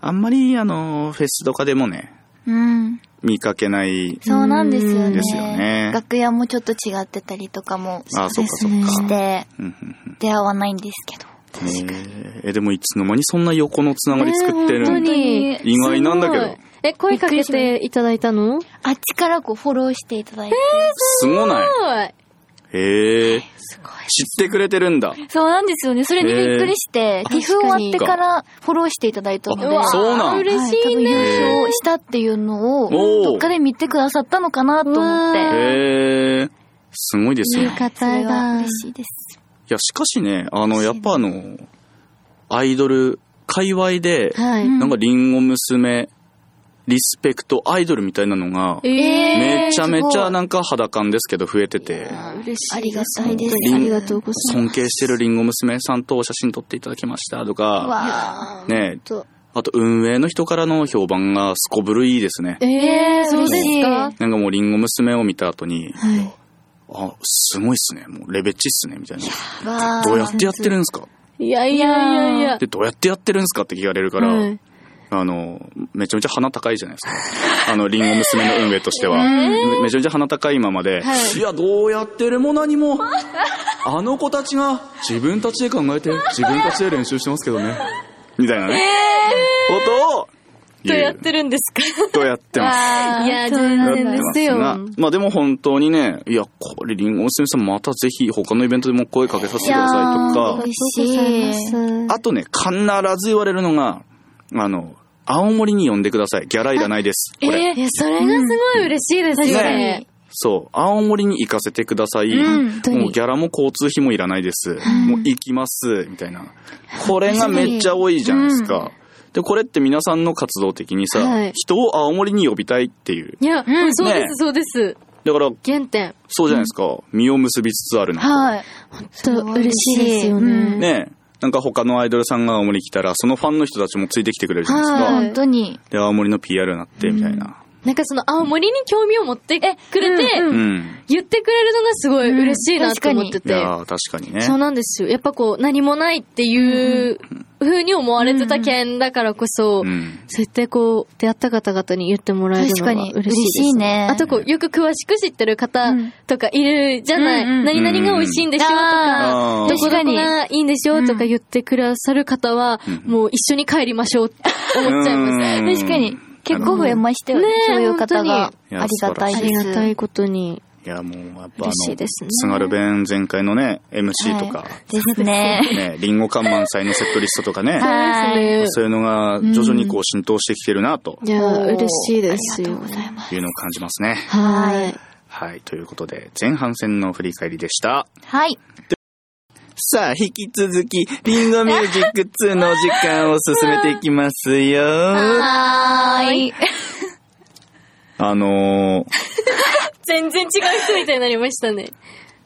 S1: あんまり、あの、フェスとかでもね、
S3: うん。
S1: 見かけない
S3: そうなんですよね。
S1: ですよね
S3: 楽屋もちょっと違ってたりとかも
S1: あそっかそっか
S3: して、
S1: うんうん
S3: 出会わないんですけど。
S1: うんえーえでもいつの間にそんな横のつながり作って
S2: ね本当
S1: る
S2: に
S1: の意外なんだけど
S2: え、声かけていただいたのす
S3: あっちからこうフォローしていただいて。
S1: すごない
S2: ごい。
S1: へえ
S3: すごい。
S1: 知ってくれてるんだ
S3: そうなんですよね。それにびっくりして、
S2: へー
S3: 岐阜終わってからフォローしていただいたので。
S1: あ
S3: は
S1: そうなん
S2: 嬉しい
S3: 多分優
S2: ね。
S3: 勝したっていうのを、
S1: おー
S3: どっかで見てくださったのかなと思っ
S2: うわ
S3: て。
S1: へえすごいですね
S2: よかっ
S3: それ
S2: た
S3: は
S2: だ。
S3: 嬉しいで
S1: い
S3: す。
S1: やしかしねあのやっぱあのアイドル界隈で
S2: はい。
S3: うん
S1: なんかりんご娘リスペクトアイドルみたいなのが
S3: えー
S1: めちゃめち
S3: すご
S1: ゃ
S3: い
S1: なんか裸感ですけど増えてて
S2: 嬉しい。
S3: ありがたいです
S2: 本当にありがとうござい
S1: 尊敬してるりんご娘さんとお写真撮っていただきましたと
S3: う
S1: か
S3: わー
S1: ね
S2: ます。と
S1: あと運営の人からの評判がすこぶるいいですね
S2: えー、そうですか
S1: なんかもうりんご娘を見た後に
S2: はい。
S1: あすごいっすねもうレベチっすねみたいな
S3: わー
S1: どうやってやってるんですか
S2: いやいやいやいや。
S1: でどうやってやってるんですかって聞かれるから、
S2: はい
S1: あの、めちゃめちゃ鼻高いじゃないですか。 あの、リンゴ娘の運営としては。めめちゃめちゃ鼻高いままで、
S2: はい
S1: い、や、どうやってるも何も、あの子たちが自分たちで考えて、自分たちで練習してますけどね。みたいなね。ことを
S2: ど
S1: 言
S2: う
S1: う、
S2: やってるんですか
S1: とやってます。
S2: いや、全
S1: やっ
S2: 然
S1: て
S2: で
S1: ます
S2: よ。
S1: がまあでも本当にね、いや、これリンゴ娘さんまたぜひ他のイベントでも声かけさせてくださいと
S3: いや
S1: か
S3: ー、
S2: 嬉しい。
S1: あとね、必ず言われるのが、あの、青森に呼んでください。ギャラいらないです。これ。
S2: えーいや、それがすごい嬉しいですよね。
S1: そう。青森に行かせてください。
S3: うん
S2: 本当に
S1: もうギャラも交通費もいらないです。
S2: ん
S1: もう行きます。みたいな。これがめっちゃ多いじゃないですか。で、これって皆さんの活動的にさ、
S2: はい
S1: 人を青森に呼びたいっていう。
S2: いや、
S3: うん
S2: そうで
S1: ね
S2: す、そうです。
S1: だから、
S2: 原点。
S1: そうじゃないですか。実を結びつつあるの。
S3: はい。
S2: ちょっと嬉しいですよ
S3: う
S2: ね。
S3: ん
S1: ねえ。なんか他のアイドルさんが青森来たら、そのファンの人たちもついてきてくれるじゃないですか。
S2: はい
S3: 本当に。
S1: で、青森の PR になって、みたいな。
S2: なんかその青森に興味を持ってくれて、
S1: うん。
S2: 言ってくれるのがすごい嬉しいなと思って
S1: い
S2: て。
S1: やー確かにね。
S2: そうなんですよ。やっぱこう、何もないっていう風に思われてた件だからこそ、
S1: うん。
S2: そうやってこう、出会った方々に言ってもらえるの
S3: 確
S2: が嬉
S3: か
S2: し
S3: に
S2: いです。
S3: 嬉しいね
S2: あとこう、よく詳しく知ってる方
S3: うん
S2: とかいるじゃない。
S3: うんうん
S2: 何々が美味しいんでしょうと
S1: うん
S2: か、
S1: あー
S2: どこどこがいいんでしょうとか
S3: うん
S2: 言ってくださる方は、
S1: うん
S2: もう一緒に帰りましょうって思っちゃいます。ね
S1: うん
S3: 確かに。結構増えましたよね
S2: ね。え
S3: そういう方が
S2: 本
S1: 当に
S3: ありがたい
S2: あ
S3: で
S2: り
S3: す。
S2: がたいことに。
S1: いや、もう、やっぱあ
S2: 嬉しい
S1: の
S2: で、すね
S1: 津軽弁前回のね、MC とか、
S3: ですね。
S1: ね、リンゴ看板祭のセットリストとかね、
S3: はい
S2: そうです
S1: そういうのが徐々にこう浸透してきてるなと
S2: ね。いや、嬉しいです
S3: あり
S2: よ
S3: がとう。ございます。
S1: いうのを感じますね。
S2: はい。
S1: はい、ということで、前半戦の振り返りでした。
S3: はい。
S1: さあ、引き続き、リンゴミュージック2の時間を進めていきますよ。
S3: はーい。
S1: あのー、
S2: 全然違う人みたいになりましたね。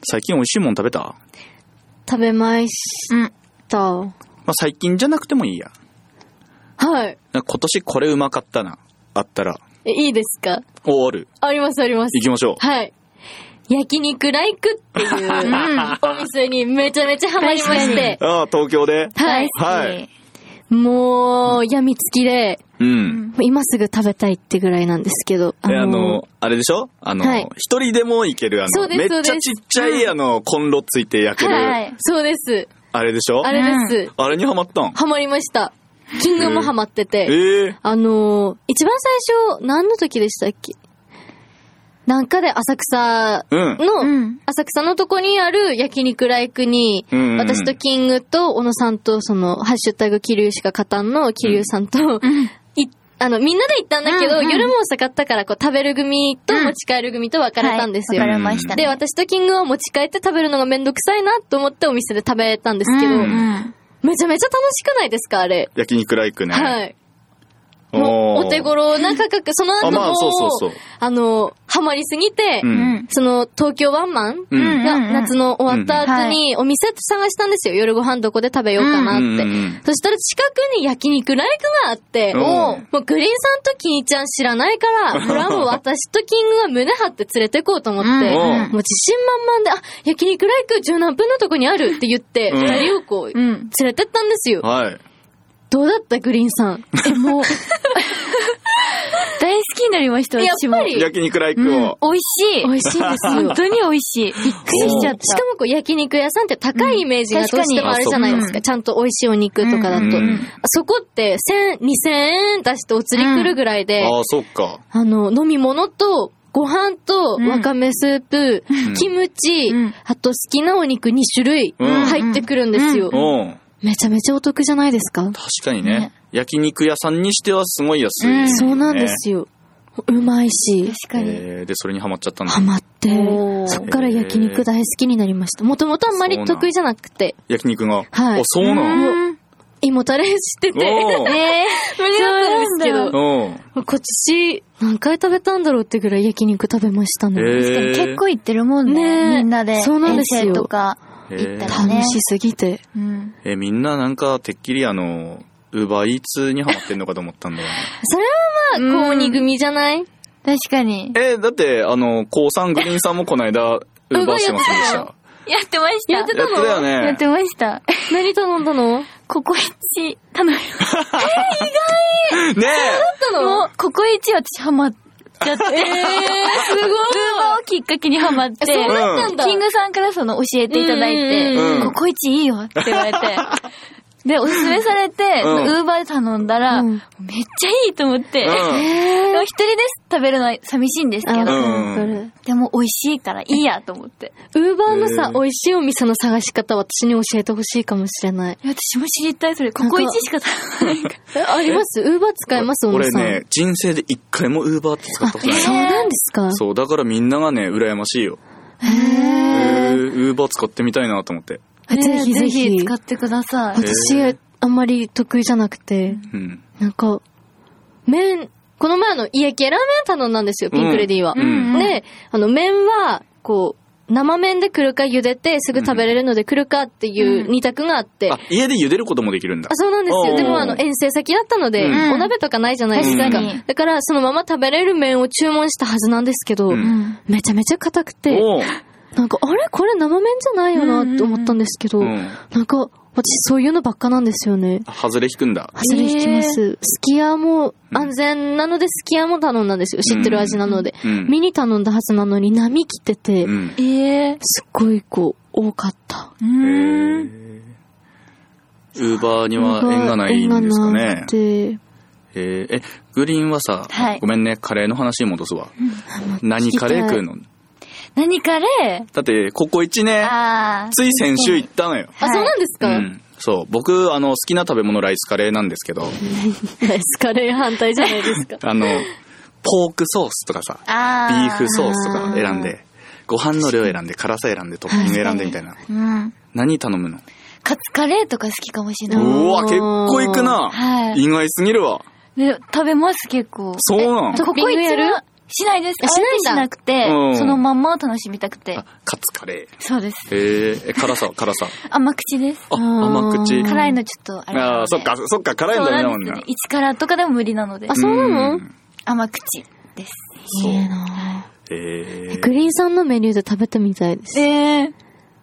S1: 最近美味しいもん食べたま
S2: 食べました。
S1: あ、最近じゃなくてもいいや。
S2: はい。
S1: なんか今年これうまかったな。あったら、
S2: えいいですか
S1: おある。
S2: ありますあります。
S1: 行きましょう。
S2: はい。焼肉ライクっていうお店にめちゃめちゃハマりまして。
S1: ああ、東京で。
S2: はい。
S1: はい。
S2: もう、やみつきで、
S1: うん。
S2: 今すぐ食べたいってぐらいなんですけど。
S1: えあの、あれでしょあの、一、
S2: はい
S1: 人でも行ける、あ
S2: そ
S1: の、
S2: うです
S1: めっちゃちっちゃい、あの、コンロついて焼ける、
S3: はい
S2: そうです。
S1: あれでしょ
S2: あ
S1: あれ
S2: れです。
S1: にハマったん
S2: ハマりました。キングもハマってて。
S1: ええ
S2: あのー一番最初、何の時でしたっけなんかで浅草の、
S3: うん
S2: 浅草のとこにある焼肉ライクに、
S1: うんうんうん
S2: 私とキングと小野さんと、その、ハッシュタグキリュウしか勝たんのキリュウさんと、いあの、みんなで行ったんだけど、
S3: うんうん
S2: 夜も遅かったから、こう、食べる組と
S3: うん
S2: 持ち帰る組と分かれたんですよ。
S3: はいわかれましたね。
S2: で、私とキングは持ち帰って食べるのがめんどくさいなと思ってお店で食べたんですけど、
S3: うんうん
S2: めちゃめちゃ楽しくないですか、あれ。
S1: 焼肉ライクね。
S2: はい。も
S1: お
S2: う
S1: ー
S2: お手頃な価格、その後
S1: あ、まあ、そうそう
S2: も
S1: そう
S2: う、。あの、ハマりすぎて
S1: う、。
S3: うんん。
S2: その、東京ワンマン
S1: うん。
S3: うん
S2: が夏の終わった後に、お店探したんですよ。夜ご飯どこで食べようかな
S1: うん
S2: っ
S1: う
S2: て。
S1: ん
S2: そしたら近くに焼肉ライクがあって、
S1: おう
S2: もうグリーンさんとキニちゃん知らな いから、これはもう私とキングは胸張って連れてこうと思って、
S3: うん
S2: も
S1: うん
S2: う自信満々で、あ、焼肉ライク十何分のとこにあるって言って、
S1: うん
S2: 二人をこう、連
S3: うん。
S2: れてったんですよ。
S1: はい。
S2: どうだったグリーンさん。
S3: 大好きになりました、
S2: や
S3: 私
S2: っ
S3: も。
S2: ぱり
S1: 焼肉ライク
S3: うん
S1: を。
S3: 美味し い。
S2: 美味しいですよ。
S3: 本当に美味しい。びっくりしちゃっ
S2: しか
S3: た。
S2: もこう焼肉屋さんって高いイメージが
S3: うん
S2: どうしてもあるじゃないです
S3: 確
S2: か。
S3: かに
S2: ちゃんと美味しいお肉とかだ
S1: うん
S2: と。
S1: うんうん
S2: そこって1000、2000円出してお釣り来るぐらいで、
S1: ああ、そっか。
S2: あの、飲み物と、ご飯と、わかめスープ、
S1: ん
S2: キムチ、
S3: うん
S2: あと好きなお肉2種類
S1: うん
S2: 入ってくるんですよ。
S1: うん。
S2: めちゃめちゃお得じゃないですか、
S1: 確かにね
S3: ね。
S1: 焼肉屋さんにしてはすごい安い、
S3: うん
S2: そうなんですよ。うまいし、
S3: 確かに。
S1: えーで、それにハマっちゃったんだ
S2: ハ。マって
S3: お、ー
S2: そっから焼肉大好きになりました。もともとあんまり得意じゃなくて、
S1: 焼肉が。
S2: は
S1: あ、
S2: い
S1: そうなん。
S3: うん
S2: 胃もたれしてて、
S1: おー
S3: え
S2: 無理だったんですけ
S3: そう
S2: ど、
S1: うん。
S2: 今年何回食べたんだろうってぐらい焼肉食べましたね。
S1: へー
S3: ー、確かに結構行ってるもん
S2: ね
S3: ね。
S2: え
S3: みんなで。
S2: そうなんですよ
S3: 遠征とか。
S1: え
S3: 行ったら
S2: 楽しすぎて。
S3: うん。
S1: えーみんななんか、てっきりあの、ウーバーイーツにハマってんのかと思ったんだよね。
S2: それはまあ、高2組じゃない
S3: 確かに。
S1: えーだって、あの、高三グリーンさんもこの 間、ウーバーしてませんでした。や
S3: やってました。
S2: やって
S1: ってたよ
S3: や
S1: ね
S3: っ。てました。
S2: 何頼んだの
S3: ココイチ頼みまし
S1: ね
S3: た。もう、ココイチ私ハマっちゃって。えー、すごい。ルーバーをきっかけにハマって。
S2: そうだったんだ。
S3: キングさんからその教えていただい
S2: う
S3: て、
S2: ん
S1: うんうん
S3: ココイチいいよって言 われて。で、おすすめされて、
S1: うん
S3: ウーバーで頼んだら、
S2: うん
S3: めっちゃいいと思って。
S1: え。うん。
S2: え
S3: でも
S2: ー
S3: 一人です食べるのは寂しいんですけ
S2: あ、わか
S3: ど、
S2: る
S1: うん
S2: わかる。
S3: でも美味しいからいいやと思って。
S2: ウーバーのさ
S1: へ、ー
S2: 美味しいお店の探し方、私に教えてほしいかもしれない。
S3: 私も知りたい、それ。ココイチしか食べない から。
S2: えありますウーバー使いますお
S1: 俺
S2: さん。
S1: ね、人生で一回もウーバーって使
S2: あ、
S1: ったことない。
S2: そうなんですか
S1: そう、だからみんながね、羨ましいよ。ウ
S2: へー
S1: ーバー使ってみたいなと思って。
S2: ぜひぜひ。
S3: 使ってください。
S1: へ
S2: 私、あんまり得意じゃなくて、
S1: うん。
S2: なんか、麺、この前あの、家系ラーメン頼んだんですよ、ピンクレディーは。
S1: うん
S3: うん
S2: で、あの、麺は、こう、生麺で来るか茹でてすぐ食べれるので来るかっていう
S3: うん
S2: 二択があって。
S1: あ、家で茹でることもできるんだ
S2: あ。そうなんです
S1: おうお
S2: よ。
S1: う
S2: でもあの遠征先だったので、
S1: うん
S2: お鍋とかないじゃないですか。
S1: 確か
S3: に
S2: だからそのまま食べれる麺を注文したはずなんですけど、
S1: うん
S2: めちゃめちゃ硬くて、
S1: おう
S2: なんかあれこれ生麺じゃないよなって思ったんですけど、
S1: うん。
S2: なんか私そういうのばっかなんですよね。
S1: あ外れ引くんだ。
S2: それ引きます。スキヤも安全なのでスキヤも頼んだんですよ。知ってる味なので。
S1: うん。
S2: ミニ頼んだはずなのに波来てて、
S1: うん。
S3: えー、
S2: すっごいこう多かった。
S3: う
S1: へ
S3: ーん。
S1: ーウーバーには縁がないんですかね。
S2: で、
S1: えーえ、グリーンはさ、
S3: はい
S1: ごめんね、カレーの話に戻すわ。何カレー食うの
S3: 何カレー
S1: だって、ここ1ね、
S3: あ
S1: つい先週行ったのよ。
S2: あ、そうなんです
S1: う
S2: か、
S1: ん。そう。僕、あの、好きな食べ物ライスカレーなんですけど、。
S2: ナイスカレー反対じゃないですか
S1: あの、ポークソースとかさ、
S3: あ
S1: ビ
S3: ー
S1: ーフソースとか選んで、ご飯の量選んで、辛さ選んで、トッピング選んでみたいな。
S3: うん。
S1: 何頼むの
S3: カツカレーとか好きかもしれ
S2: う
S3: ない。
S1: うわ、結構行くな。
S3: はい。
S1: 意外すぎるわ。
S3: で食べます、結構。
S1: そうなの
S2: トッピングやる
S3: ココイチはしないです。
S2: あしないんだ
S3: あえてしなくて、
S1: うん
S3: そのまんまを楽しみたくて
S1: あ。、カツカレ
S3: そうです。
S1: ー。えー、え辛さは辛さ。
S3: 甘口です。
S1: あ、甘口
S2: うん。
S3: 辛いのちょっとあれなので。
S1: あーそっか、そっか、辛い
S3: そ
S1: の
S3: う
S1: ダメだ
S3: な
S1: も
S3: ん
S1: ん
S3: です
S1: な
S3: よね。。1からとかでも無理なので
S2: あ、。そうなの
S1: ん
S3: 甘口です。
S1: そう。
S2: な
S1: えー
S2: グリーンさんのメニューで食べてみたいです。
S3: えー、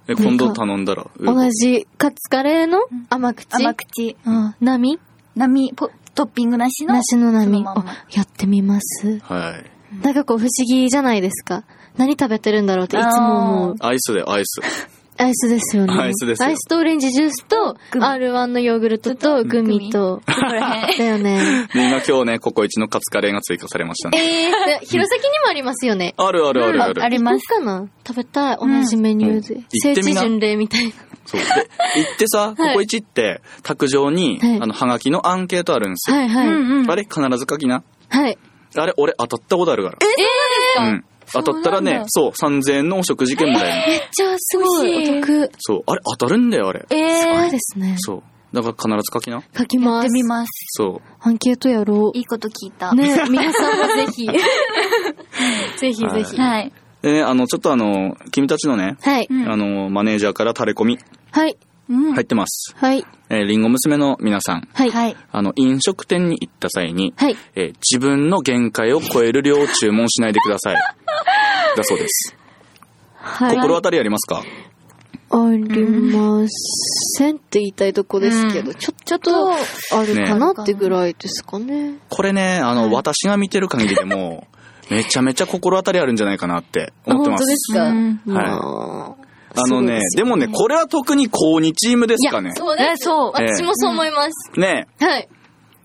S1: え、今度頼んだら、
S2: 同じカツカレーの甘口。
S3: 甘口。
S2: うん。波
S3: 波、ポトッピングなしの。
S2: 梨の
S3: そ
S2: 波。
S3: まんま
S2: あやってみます。
S1: はい。
S2: なんかこう不思議じゃないですか。何食べてるんだろうっていつも思う。
S1: アイスで、アイス。
S2: アイスですよね。
S1: アイスですよ
S2: アイスとオレンジジュースと、
S3: グミ
S2: R1 のヨーグルトとグミと。
S3: そこら辺。
S2: だよ ね。
S1: みんな今日ね、ココイチのカツカレーが追加されましたね。
S2: えー、で弘前にもありますよね。
S1: あるあるあるある。
S3: あります。
S2: 行こうかな食べたい。同じメニュー
S1: うん
S2: で。
S1: 行っ
S2: 聖
S1: てみ
S2: 地
S1: な
S2: 巡礼みたいな。
S1: そう。で、行ってさ、ココイチって、卓上に、
S2: はい
S1: あの、ハガキのアンケートあるんですよ。
S2: はいはい。
S3: うんうん。
S1: あれ、必ず書きな。
S2: はい。
S1: あれ、俺当たったことあるから。えうん。当たったら
S3: そうなん
S1: ね、
S3: だ
S1: そう、3000円のお食事券みたいな。
S2: めっちゃすごいお得。
S1: そう、あれ当たるんだよ、あれ。
S3: え
S2: すごい
S3: ー、
S2: ですね。
S1: そう。だから必ず書きな。
S2: 書き
S3: やっ
S2: ま
S3: て
S2: す
S3: み。ます。
S1: そ
S2: アンケートやろ
S3: いいこと聞いた。
S2: う。ね皆さんもぜ ひ。ぜひぜひ。
S1: は
S3: はい。
S1: う。でね、あの、ちょっとあの、君たちのね、
S2: はい。
S3: うん
S1: あの、マネージャーからタレコミ
S2: はい。
S3: うん
S1: 入ってます。
S2: はい。
S1: えーリンゴ娘の皆さん、
S2: はい。
S3: はい。
S1: あの、飲食店に行った際に、
S2: はい。
S1: えー自分の限界を超える量を注文 しないでください。だそうです。
S2: はい。
S1: 心当たりありますか
S2: ありませんって言いたいとこですけど、
S3: う
S2: ちょちょっとあるかな
S3: ね
S2: ってぐらいですかね。
S1: これね、あの、私が見てる限りで も、めちゃめちゃ心当たりあるんじゃないかなって思ってま。
S2: 本当ですすか、
S3: うん
S2: まあ
S1: あのね、でもね、これは特に高2チームですかね。
S2: そうです。
S3: そう
S1: ええ
S2: 私もそう思います。
S1: ね
S2: はい。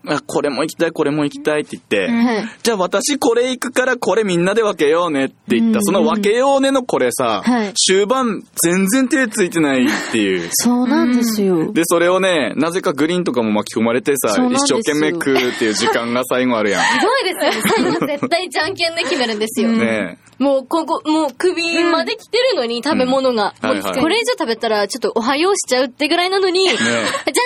S1: あこれも行きたい、これも行きたいって言って、
S3: うん
S2: はい。
S1: じゃあ私これ行くからこれみんなで分けようねって言った、
S2: うん
S1: その分けようねのこれさ、
S2: はい。
S1: 終盤全然手ついてないっていう
S2: そうなんですよ。
S1: で、それをね、なぜかグリーンとかも巻き込まれてさ、
S2: そうなん
S1: 一
S2: ですよ
S1: 生懸命食うっていう時間が最後あるやん。
S2: すごいですよね。最後絶対じゃんけんで決めるんですよ。
S3: うん
S1: ね
S2: もう、ここ、もう首まで来てるのに、食べ物が。
S1: うん
S2: もう
S1: はいはい
S2: これ以上食べたら、ちょっとおはようしちゃうってぐらいなの に、じ
S1: え。
S2: ゃ
S1: ね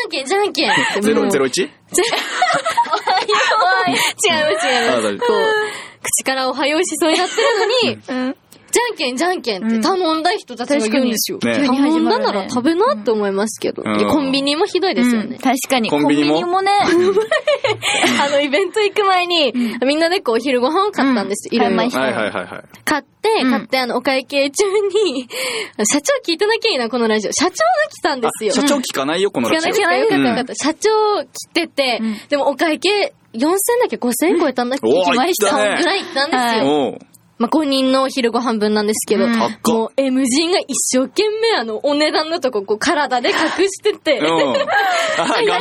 S2: んけん、じゃんけんって
S1: え。ゼ
S2: も
S1: ロ、
S2: う
S1: ゼロ一
S2: 違う違う。
S1: あ大丈
S2: こう、口からおはようしそうになってるのに、じ
S3: うん。
S2: ゃんけんじゃんけんって頼んだ人たちがいるんですよ。
S1: 確かに
S3: ね
S2: 頼んだなら食べなって思いますけど。
S1: うん
S2: いやコンビニもひどいですよね
S3: うん。確かに。
S1: コンビニも
S3: ね。
S2: あの、イベント行く前に、みんなでこう、お昼ご飯を買ったんです。
S3: うん
S2: いろいろ
S3: 買いました
S1: はいはいはいはい。
S2: 買って、
S3: うん
S2: 買って、あの、お会計中に、 社長聞いてなきゃいいな、このラジオ。社長が来たんですよ。
S1: 社長聞かないよ、この
S2: 聞
S1: ラ
S2: か
S1: ジ
S2: な
S1: オ。
S2: きゃいけなかった。社長来てて
S3: うん、
S2: でもお会計4000だっけ5000超えたんだっけ
S1: うんおー
S2: 行きまし
S1: 行
S2: た
S1: ったね
S2: ぐらい行ったんですよ。
S1: おう
S2: まあ、5人のお昼ご飯分なんですけど、
S3: うん
S1: 高っ
S2: もう M 人が一生懸命あの、お値段のとこ、こう、体で隠してて、
S1: うん。 あ画面
S3: ないよ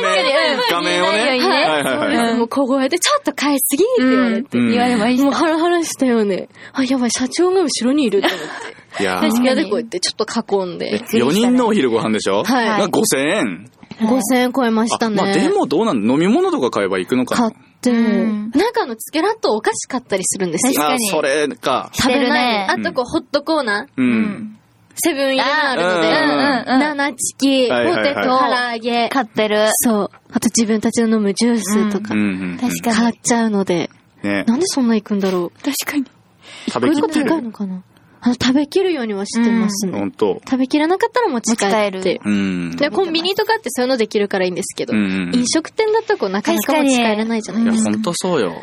S3: うに、
S1: 画面をね。
S3: 見えないようにね
S1: はいはいはい。
S2: もう小声で、ちょっと買いすぎって言われて。
S1: うん
S3: 言われまし
S2: もう
S3: た。
S2: ハラハラしたよね。あ、やばい、社長が後ろにいると思って。
S1: いや
S2: で
S1: ー
S3: 確か、に
S2: 部屋でこうやってちょっと囲んで。
S3: くりした
S1: 4
S3: ね
S1: 人のお昼ご飯でしょ
S2: はい
S1: なんか5000円。
S2: 5000円超えましたね。
S1: あまあでもどうなん飲み物とか買えば行くのか
S2: 買
S1: な
S2: って、
S3: うん
S2: なんかあの、つけらっとお菓子買ったりするんですよ。
S3: 確か
S1: あ
S3: に
S1: それか。
S2: 食べない。
S1: して
S2: あ
S1: るね
S2: とこう、ホットコーナー、
S1: う。。
S3: うん
S2: セブンイレブンあるので、
S1: うん
S3: うんうん
S2: 生チキ、ポ
S1: はいはいはい
S2: テト、唐揚げ、
S3: 買ってる。
S2: そう。あと自分たちの飲むジュースと
S1: う
S2: か、
S1: んうん。
S3: 確かに。
S2: 買っちゃうので、
S1: ね
S2: なんでそんな行くんだろう。
S3: 確かに。
S1: 食べき
S2: こ
S1: って
S2: れが高い
S1: る。
S2: のかなあの、食べきるようにはしてますね。
S1: 本当。
S2: 食べきらなかったら持ち帰っ
S3: 持ち帰
S2: て
S3: る。
S1: うん。
S2: で、コンビニとかってそういうのできるからいいんですけど、
S1: うん
S2: 飲食店だとこうなかなか持ち帰れないじゃない
S1: いや、
S2: ですか。
S1: 本当そうよ。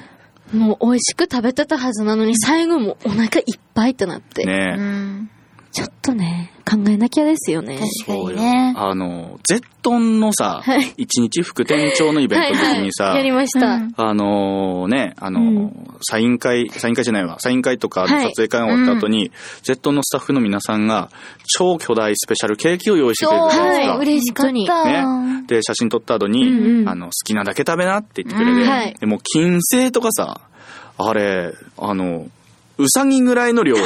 S2: もう美味しく食べてたはずなのに最後もうお腹いっぱいってなって。
S3: う
S1: ね
S3: ん。
S2: ちょっとね、考えなきゃですよね。
S3: 確か
S1: そう
S3: に
S1: よ
S3: ね。
S1: あの、ゼットンのさ
S2: はい、
S1: 一日副店長のイベントの時にさ
S2: や、りました。
S3: うん
S1: あのね、あのーサイン会、サイン会じゃないわ、サイン会とかの
S2: はい
S1: 撮影会が終わった後に、ゼットンのスタッフの皆さんが、超巨大スペシャルケーキを用意してくれたじゃないです
S2: そ
S1: か
S2: う。
S3: 嬉しかっ
S2: 本
S3: た。
S1: ね。で、写真撮った後に、
S2: うんうん
S1: あの、好きなだけ食べなって言ってくれて、
S3: うん
S2: はい
S1: でもう金星とかさ、あれ、あの、うさぎぐらいの 量を、うん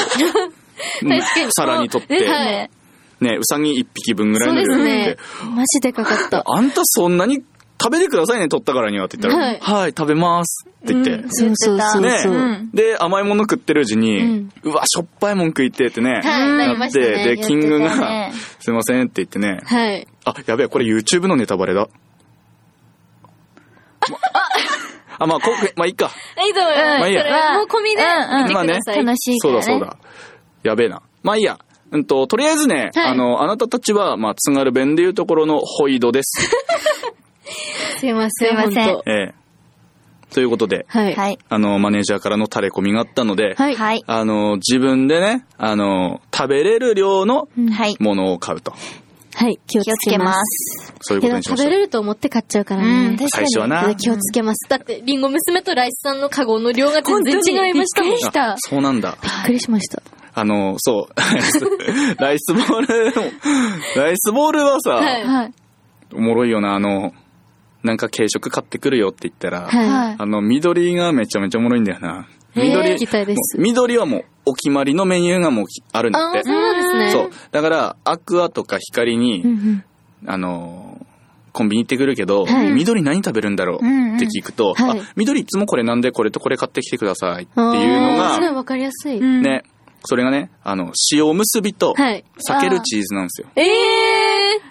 S1: 皿に取って、
S3: です
S1: ね、
S3: ね。
S1: うさぎ一匹分ぐらい
S2: そう
S1: の量を
S2: です
S1: 取っ
S2: ね
S1: て、。
S2: マジでかか った。
S1: あんたそんなに食べてくださいね、取ったからにはって言ったら、
S2: は
S1: はい
S2: い、
S1: 食べますって言って、
S3: うん
S2: そうそうそう
S1: ね
S2: そう。
S3: うん
S1: で、甘いもの食ってるうちに、
S2: う
S1: うんわ、しょっぱいもん食いてえってね、
S2: はい、
S3: うん
S2: な
S1: な
S2: りま
S1: っ
S2: した
S1: て、
S2: ね。
S1: で、キング
S3: やってた
S1: が
S3: ね、
S1: すいませんって言ってね、
S2: はい。
S1: あ、やべえ、これ YouTube のネタバレだ。 まあ、まあ、こまあ、いいか。
S2: いいと思います。
S1: まあいいや
S2: それはもう込みで
S3: うんうん
S2: 見てください。
S3: 楽しいか
S1: そう
S3: ら
S1: だ
S3: ね。
S1: そうだ。やべえな。まあいいや。うんと、とりあえずね、
S2: はい
S1: あの、あなたたちは、まあ、津軽弁でいうところのホイド です。
S2: すいません、
S3: すいません
S2: ほと
S1: ええということで、
S2: はい。は。
S3: はいい。
S1: あの、マネージャーからの垂れ込みがあったので、
S2: はい。
S3: はい。
S1: あの、自分でね、あの、食べれる量の
S3: はい。
S1: ものを買うと。
S2: 気を
S3: 気を
S2: つ
S3: つ
S2: け
S3: け
S2: ま。
S3: ますす。
S1: そういう
S2: け
S1: こと
S2: ど
S1: にしま
S2: 食
S1: しょ
S2: べ
S1: う。
S2: れると思って買っちゃうから
S3: うん、
S2: ね。
S3: 確か
S1: 最
S3: に。
S1: 初はな。
S2: 気をつけます。だって、リンゴ娘とライスさんのカゴの量が全然違いましたもん。びっく
S3: 本当にびっくりした
S1: あそうなんだ。
S2: りしました。
S1: あの、そう。 ライスボールも、ライスボールはさ、
S2: はい
S3: はい。
S1: おもろいよな、あの、なんか軽食買ってくるよって言ったら、
S2: はい。
S1: あの、緑がめちゃめちゃおもろいんだよな。
S2: えー
S1: 緑、
S2: 聞きたいです
S1: もう緑はもうお決まりのメニューがもうきあるんだ
S2: あ
S1: っ
S2: ー、
S1: て
S2: そう。なんですね。
S1: そう。だから、アクアとか光に、
S2: うんうん。
S1: あのー、コンビニ行ってくるけど、
S2: はい
S1: 緑何食べるんだろう
S3: うんうん
S1: って聞くと、
S2: はい
S1: あ、緑いつもこれなんでこれとこれ買ってきてくださいっていう
S2: あー
S1: の
S2: すごい
S1: が、
S2: わかりやすい。
S3: うん
S1: ね、それがね、あの、塩結びと、
S2: はい。
S1: 避けるチーズなんですよ。
S2: ええ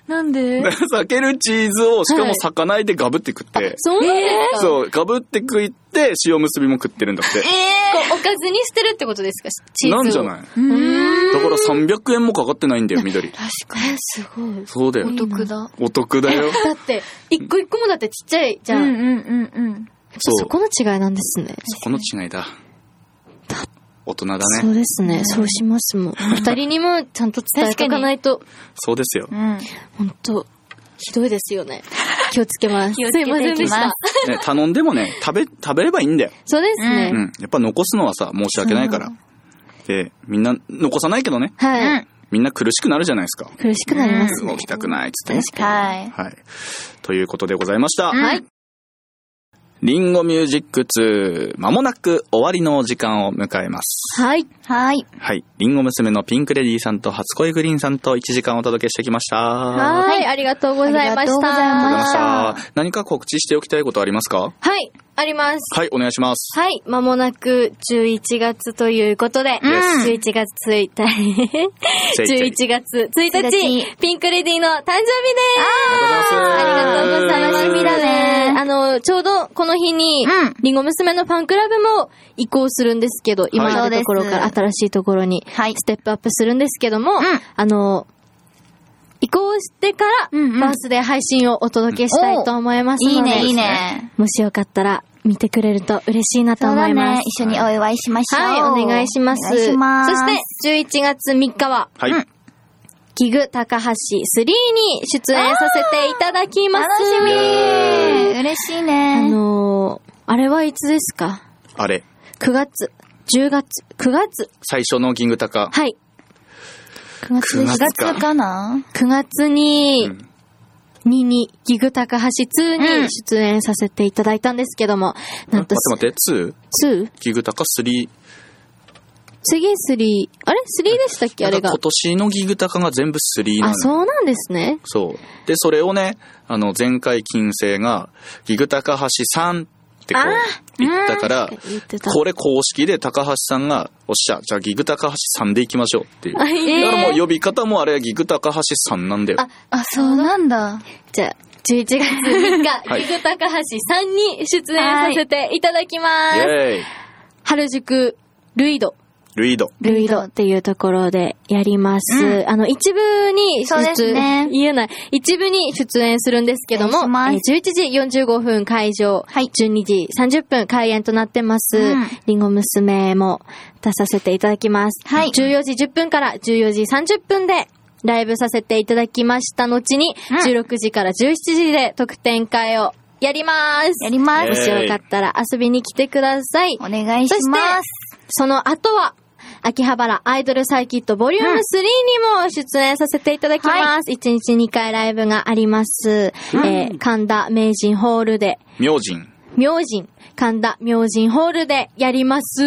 S3: なんで
S1: 避けるチーズを、しかも咲かないでガブって食って、
S2: そうなんですか、
S1: そう、ガブって食いって、塩結びも食ってるんだって。
S3: え
S2: こうおかずにしてるってことですかチーズを。
S1: なんじゃない
S3: ー、うん。
S1: だから300円もかかってないんだよ、緑。
S3: 確か
S2: えーすごい。
S1: そうだよ
S2: お。得だ。
S1: お得だ よ。
S2: だって、一個一個もだってちっちゃいじゃ。
S3: うんんうんうんうん。
S1: そう
S2: そこの違いなんですね。
S1: そこの違いだ。大人だ
S2: そう
S1: ね。
S2: ですね。そうしますもん。二人にもちゃんと伝えておかないと、
S1: そうですよ
S3: う。ん。
S2: 本当ひどいですよ ね。気をつけます。
S3: 気をつけていきま
S2: い
S3: す
S2: ませんでした。
S1: ね、頼んでもね、食べ、食べればいいんだよ。
S2: そうですね。
S1: うん。やっぱ残すのはさ、申し訳ないから。で、みんな、残さないけどね、
S2: はい、
S3: うん。
S1: みんな苦しくなるじゃないですか。
S2: 苦しくなりますね。
S1: 動きたくないっつってね
S3: 確。かに。
S1: はい。ということでございました。
S3: はい。
S1: リンゴミュージック2、まもなく終わりの時間を迎えます。
S2: はい。
S3: はい。
S1: はい。リンゴ娘のピンクレディーさんと初恋グリーンさんと1時間お届けしてきました。あ
S2: はい。ありがとうござい
S1: りが
S2: ました。
S1: とうござい
S3: あ
S1: ました。何か告知しておきたいことありますか
S2: はい。あります。
S1: はい、お願いします。
S2: はい。まもなく11月ということで、
S3: Yes
S2: 11月1日、
S1: せいせ い
S2: 11月1日、ピンクレディの誕生日ですありがとうございます。
S3: 楽しみだね
S2: あの、ちょうどこの日に
S3: うん、
S2: りんご娘のファンクラブも移行するんですけど、今
S1: そ
S2: の
S3: うです
S2: ところから新しいところに、
S3: はい
S2: ステップアップするんですけども、
S3: ん
S2: あの、移行してから、
S3: うんうん
S2: バースデー配信をお届けしたいと思いますので、
S3: いいね、いいね。
S2: もしよかったら見てくれると嬉しいなと
S3: そう
S2: 思
S3: だ
S2: いま
S3: ね
S2: す。。
S3: 一緒にお祝いしましょう。
S2: はい、お願いします。
S3: お願いします。
S2: そして、11月3日は、
S1: はい。
S3: うん
S2: ギグ高橋3に出演させていただきます。
S3: 楽しみ嬉しい
S2: あ
S3: ね。
S2: のー、あれはいつですか
S1: あれ、
S2: ?9 月、10月、9月。
S1: 最初のギングタカ。
S2: はい。9月
S1: 九
S2: で
S1: 月
S2: す
S3: 4。
S1: か
S3: 月かな
S2: 9月に、
S1: うん
S2: にに、ギグ高橋2
S3: うん
S2: に出演させていただいたんですけども、
S1: 待
S2: な
S1: っ
S2: ん
S1: て
S2: と、
S1: 待って、2?
S2: 2?
S1: ギグタカ3。
S2: 次3、あれ ?3 でしたっけあれが
S1: 今。年のギグタカが全部3なの
S2: あ、
S1: よ。
S2: そうなんですね。
S1: そう。で、それをね、あの、前回金星が、ギグ高橋さんってこ
S3: あ
S1: う、言ったから、
S2: 言ってた。
S1: これ公式で高橋さんが、おっしゃ、じゃあギグ高橋さんでいきましょうっていう。だからもう呼び方もあれはギグ高橋さんなんだよ。
S2: あ
S3: あ、そうなんだ。
S2: じゃあ、11月3日、
S1: はい
S2: ギグ高橋さんに出演させていただきま
S1: イ
S2: す。
S1: ェーイ
S2: 原宿、ルイド。
S1: ルイード。
S2: ルイドっていうところでやります。
S3: う
S2: あの、一部に
S3: そうで
S2: 出
S3: すね
S2: 言えない。一部に出演するんですけども、
S3: お願い
S2: えー11時45分会場、
S3: はい
S2: 12時30分開演となってます。
S3: うん
S2: りんご娘も出させていただきます。
S3: はい
S2: 14時10分から14時30分で、ライブさせていただきました後に、
S3: うん
S2: 16時から17時で特典会をやります。
S3: やりま
S1: イェーイ
S2: もし
S3: す。
S2: よかったら遊びに来てください
S3: お。願いします。
S2: その後は、秋葉原アイドルサイキットボリューム3
S3: うん
S2: にも出演させていただきます。1日2回ライブがあります。
S3: うん
S2: えー神田明神ホールで、
S1: 明神。
S2: 明神、神田明神ホールでやります。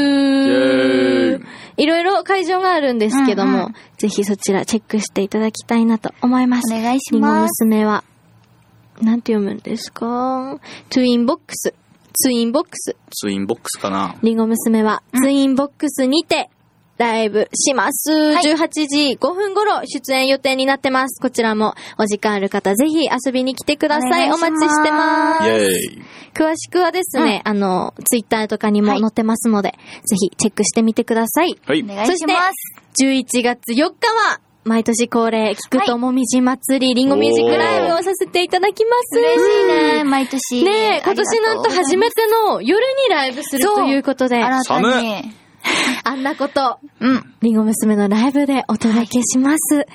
S1: ェー
S2: いろいろ会場があるんですけども、
S3: うんうん
S2: ぜひそちらチェックしていただきたいなと思います。
S3: お願いし
S2: りんご
S3: ます。
S2: 娘は、なんて読むんですかトゥインボックス、ツインボックス。
S1: ツインボックスかな。
S2: りんご娘はツインボックスにてライブします。
S3: い
S2: 18時5分頃出演予定になってます。こちらもお時間ある方ぜひ遊びに来てください。
S3: お
S2: お
S3: 願いします
S2: 待ちしてます
S1: イ。ェーイ
S2: 詳しくはですね、あの、ツイッターとかにも
S3: はい
S2: 載ってますので、ぜひチェックしてみてください。
S1: は
S3: お
S1: い。
S3: 願いします。
S2: 11月4日は、毎年恒例、聞くともみじ祭り、りんごミュージックライブをさせていただきます。
S3: 嬉しいね、。毎年。
S2: ねえ、今年なんと初めての夜にライブする
S3: そう
S2: ということで、
S3: 新た
S1: 寒
S3: に。
S2: あんなこと、
S3: うん。
S2: りんご娘のライブでお届けします。ぜ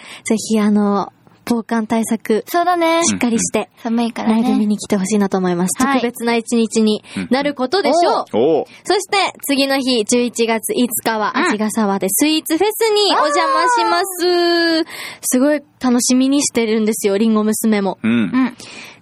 S2: ひ、あの、防寒対策、
S3: そうだね。
S2: しっかりして、
S3: 寒いから
S2: ライブ見
S3: ね。
S2: に来てほしいなと思います。
S3: はい
S2: 特別な一日になることでしょう。
S3: うんお
S1: おー
S2: そして、次の日、11月5日は、
S3: うん
S2: 秋ヶ沢でスイーツフェスにお邪魔します。すごい楽しみにしてるんですよ、りんご娘も。
S1: うん
S3: う。ん。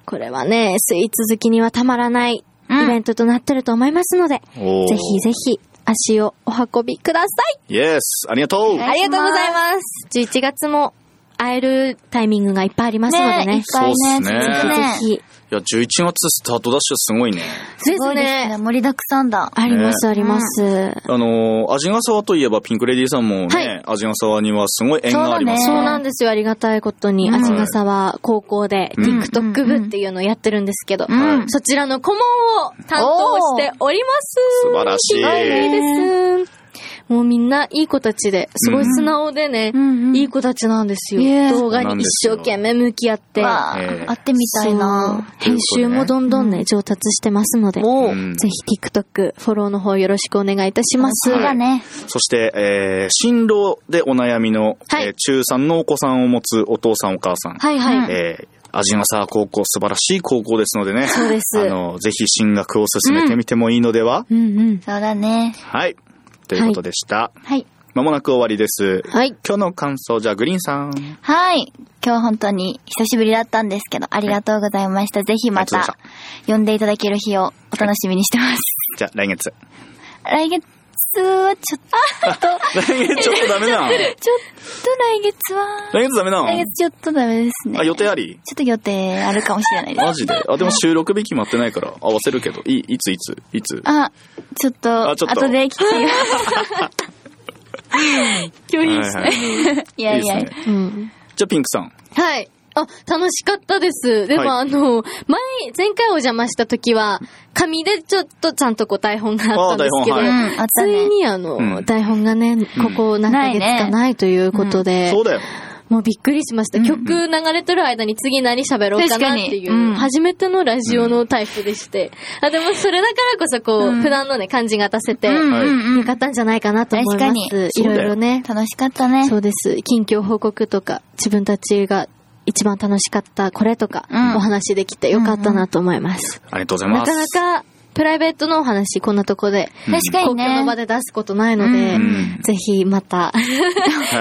S2: これはね、スイーツ好きにはたまらない
S3: うん
S2: イベントとなってると思いますので、
S1: おー
S2: ぜひぜひ、足をお運びください
S1: イエスありがとう
S3: は
S2: ありがとうございます。11月も会えるタイミングがいっぱいありますので
S3: ねい
S2: ね
S3: っ。ぱい
S1: そうっ
S3: ね、
S1: すね
S3: 続くね。
S2: ぜひ。
S1: いや、11月スタートダッシュすごいね。
S3: すごいですね。。盛りだくさんだ。
S2: あります、あります。
S1: あのー、味ヶ沢といえばピンクレディーさんもね、
S2: はい
S1: 味ヶ沢にはすごい縁があります。
S2: そうなんですよ。ありがたいことに、
S3: うん
S2: あちがさは高校で
S1: うん
S2: TikTok 部っていうのをやってるんですけど、
S3: ん
S2: そちらの顧問を担当しております。
S1: 素晴らしい
S2: すごいです。もうみんないい子たちで、すごい素直でね、いい子たちなんですよ。
S3: ねえ
S2: 動画に一生懸命向き合って。
S3: わあ
S1: ええ
S3: 会ってみたいな
S2: そう編集もどんどん
S3: う
S2: ね、上達してますので、ぜ
S3: お
S1: うん
S2: ひ TikTok フォローの方よろしくお願いいたします。
S3: そうだね。
S1: そして、えー進路でお悩みの、
S2: はい
S1: えー中3のお子さんを持つお父さんお母さん、
S2: はいはい。
S3: うん
S1: えー、味の沢高校素晴らしい高校ですのでね、
S2: そうです。
S1: あの、ぜひ進学を進めてみてもいいのでは、
S2: うんうん。
S3: そうだね。
S1: はい。ということでした。
S3: はい。
S1: ま、もなく終わりです。
S2: はい。
S1: 今日の感想、じゃあグリーンさん。
S3: はい。今日本当に久しぶりだったんですけど、ありがとうございました。ぜひま
S1: ありが
S3: た
S1: とう、
S3: 呼んでいただける日をお楽しみにしてます。
S1: じゃあ来月。
S3: 来月はちょっと、
S1: 来月ちょっとダメなの来
S3: ちょっと来月 は、
S1: 月ダメなの
S3: 来月ちょっとダメですね。
S1: あ、予定
S3: ちょ
S1: あり
S3: っと予定あるかもしれないです。
S1: マジであ、でも収録日決まってないから合わせるけど。い、いついついつ
S3: あ、ちょっと、
S1: あちょっと
S3: 後で聞き ます。
S2: 今
S1: はいはいい
S3: い
S1: い
S3: や
S1: で
S3: い
S1: す
S3: や。
S1: ね。
S2: うん。
S1: じゃあピンクさん。
S2: はい。あ、楽しかったです。で
S1: は
S2: も、
S1: い
S2: あの、前、前回お邪魔した時は、紙でちょっとちゃんとこう台本があったんですけど、
S1: あ
S3: う
S1: 台本
S3: ん、あった
S2: つい
S3: ね。
S2: にあの、
S1: うん
S2: 台本がね、ここ何ヶ月
S3: ない
S2: か
S3: ね
S2: ないということで、
S1: そうだよ。
S2: もうびっくりしました。曲流れてる間に次何喋ろうかなってい
S3: 確かにう
S2: う、
S3: ん
S2: 初めてのラジオのタイプでして。あ、でもそれだからこそこう、
S3: うん
S2: 普段のね、感じが出せて、
S3: うん
S2: よ
S1: はい
S3: うんうん
S2: かったんじゃないかなと思いま
S3: 確か
S2: す。い
S1: そうだ
S2: ろ
S1: よ
S2: いろね。
S3: 楽しかったね。
S2: そうです。近況報告とか、自分たちが一番楽しかったこれとか、
S3: うん
S2: お話できてよかったなと思います。
S1: ありがとうござい
S2: な
S1: ます。
S2: かなか、プライベートのお話、こんなとこで、
S1: うん
S3: 確か
S2: 公
S3: に
S2: 共の場
S3: ね。
S2: で出すことないので、
S1: うん
S2: ぜひま
S1: は
S2: た、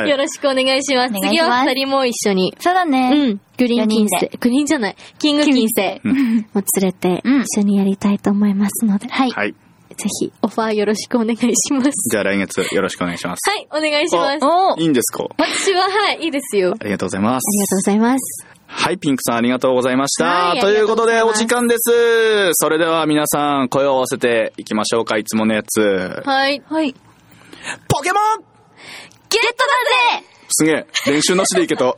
S1: い
S2: よろしくお願いします。
S3: お願い
S2: 次
S3: します
S2: は二人も一緒に。
S3: そうだね。
S2: うん。グリーン金星
S3: 四人。
S2: グリーンじゃない。キング金星
S1: う
S2: も連れて
S3: うん
S2: 一緒にやりたいと思いますので、
S3: はい。
S1: はい。
S2: ぜひオファーよろしくお願いします。
S1: じゃあ来月よろしくお願いします。
S2: はい、お願いします。
S3: お
S1: いいんですか
S2: 私は、はい、いいですよ。あ
S1: ありがとうございます。
S2: りがとうございます。
S1: はい、ピンクさんありがとうございました。
S2: はい
S1: ということ
S2: あり
S1: で、
S2: がとう
S1: お
S2: ござ
S1: 時
S2: いま
S1: 間です。それでは皆さん、声を合わせていきましょうか、いつものやつ。
S2: はい。はい。ゲッ
S1: ポケモン
S2: トだぜ
S1: すげえ、練習なしでいけた。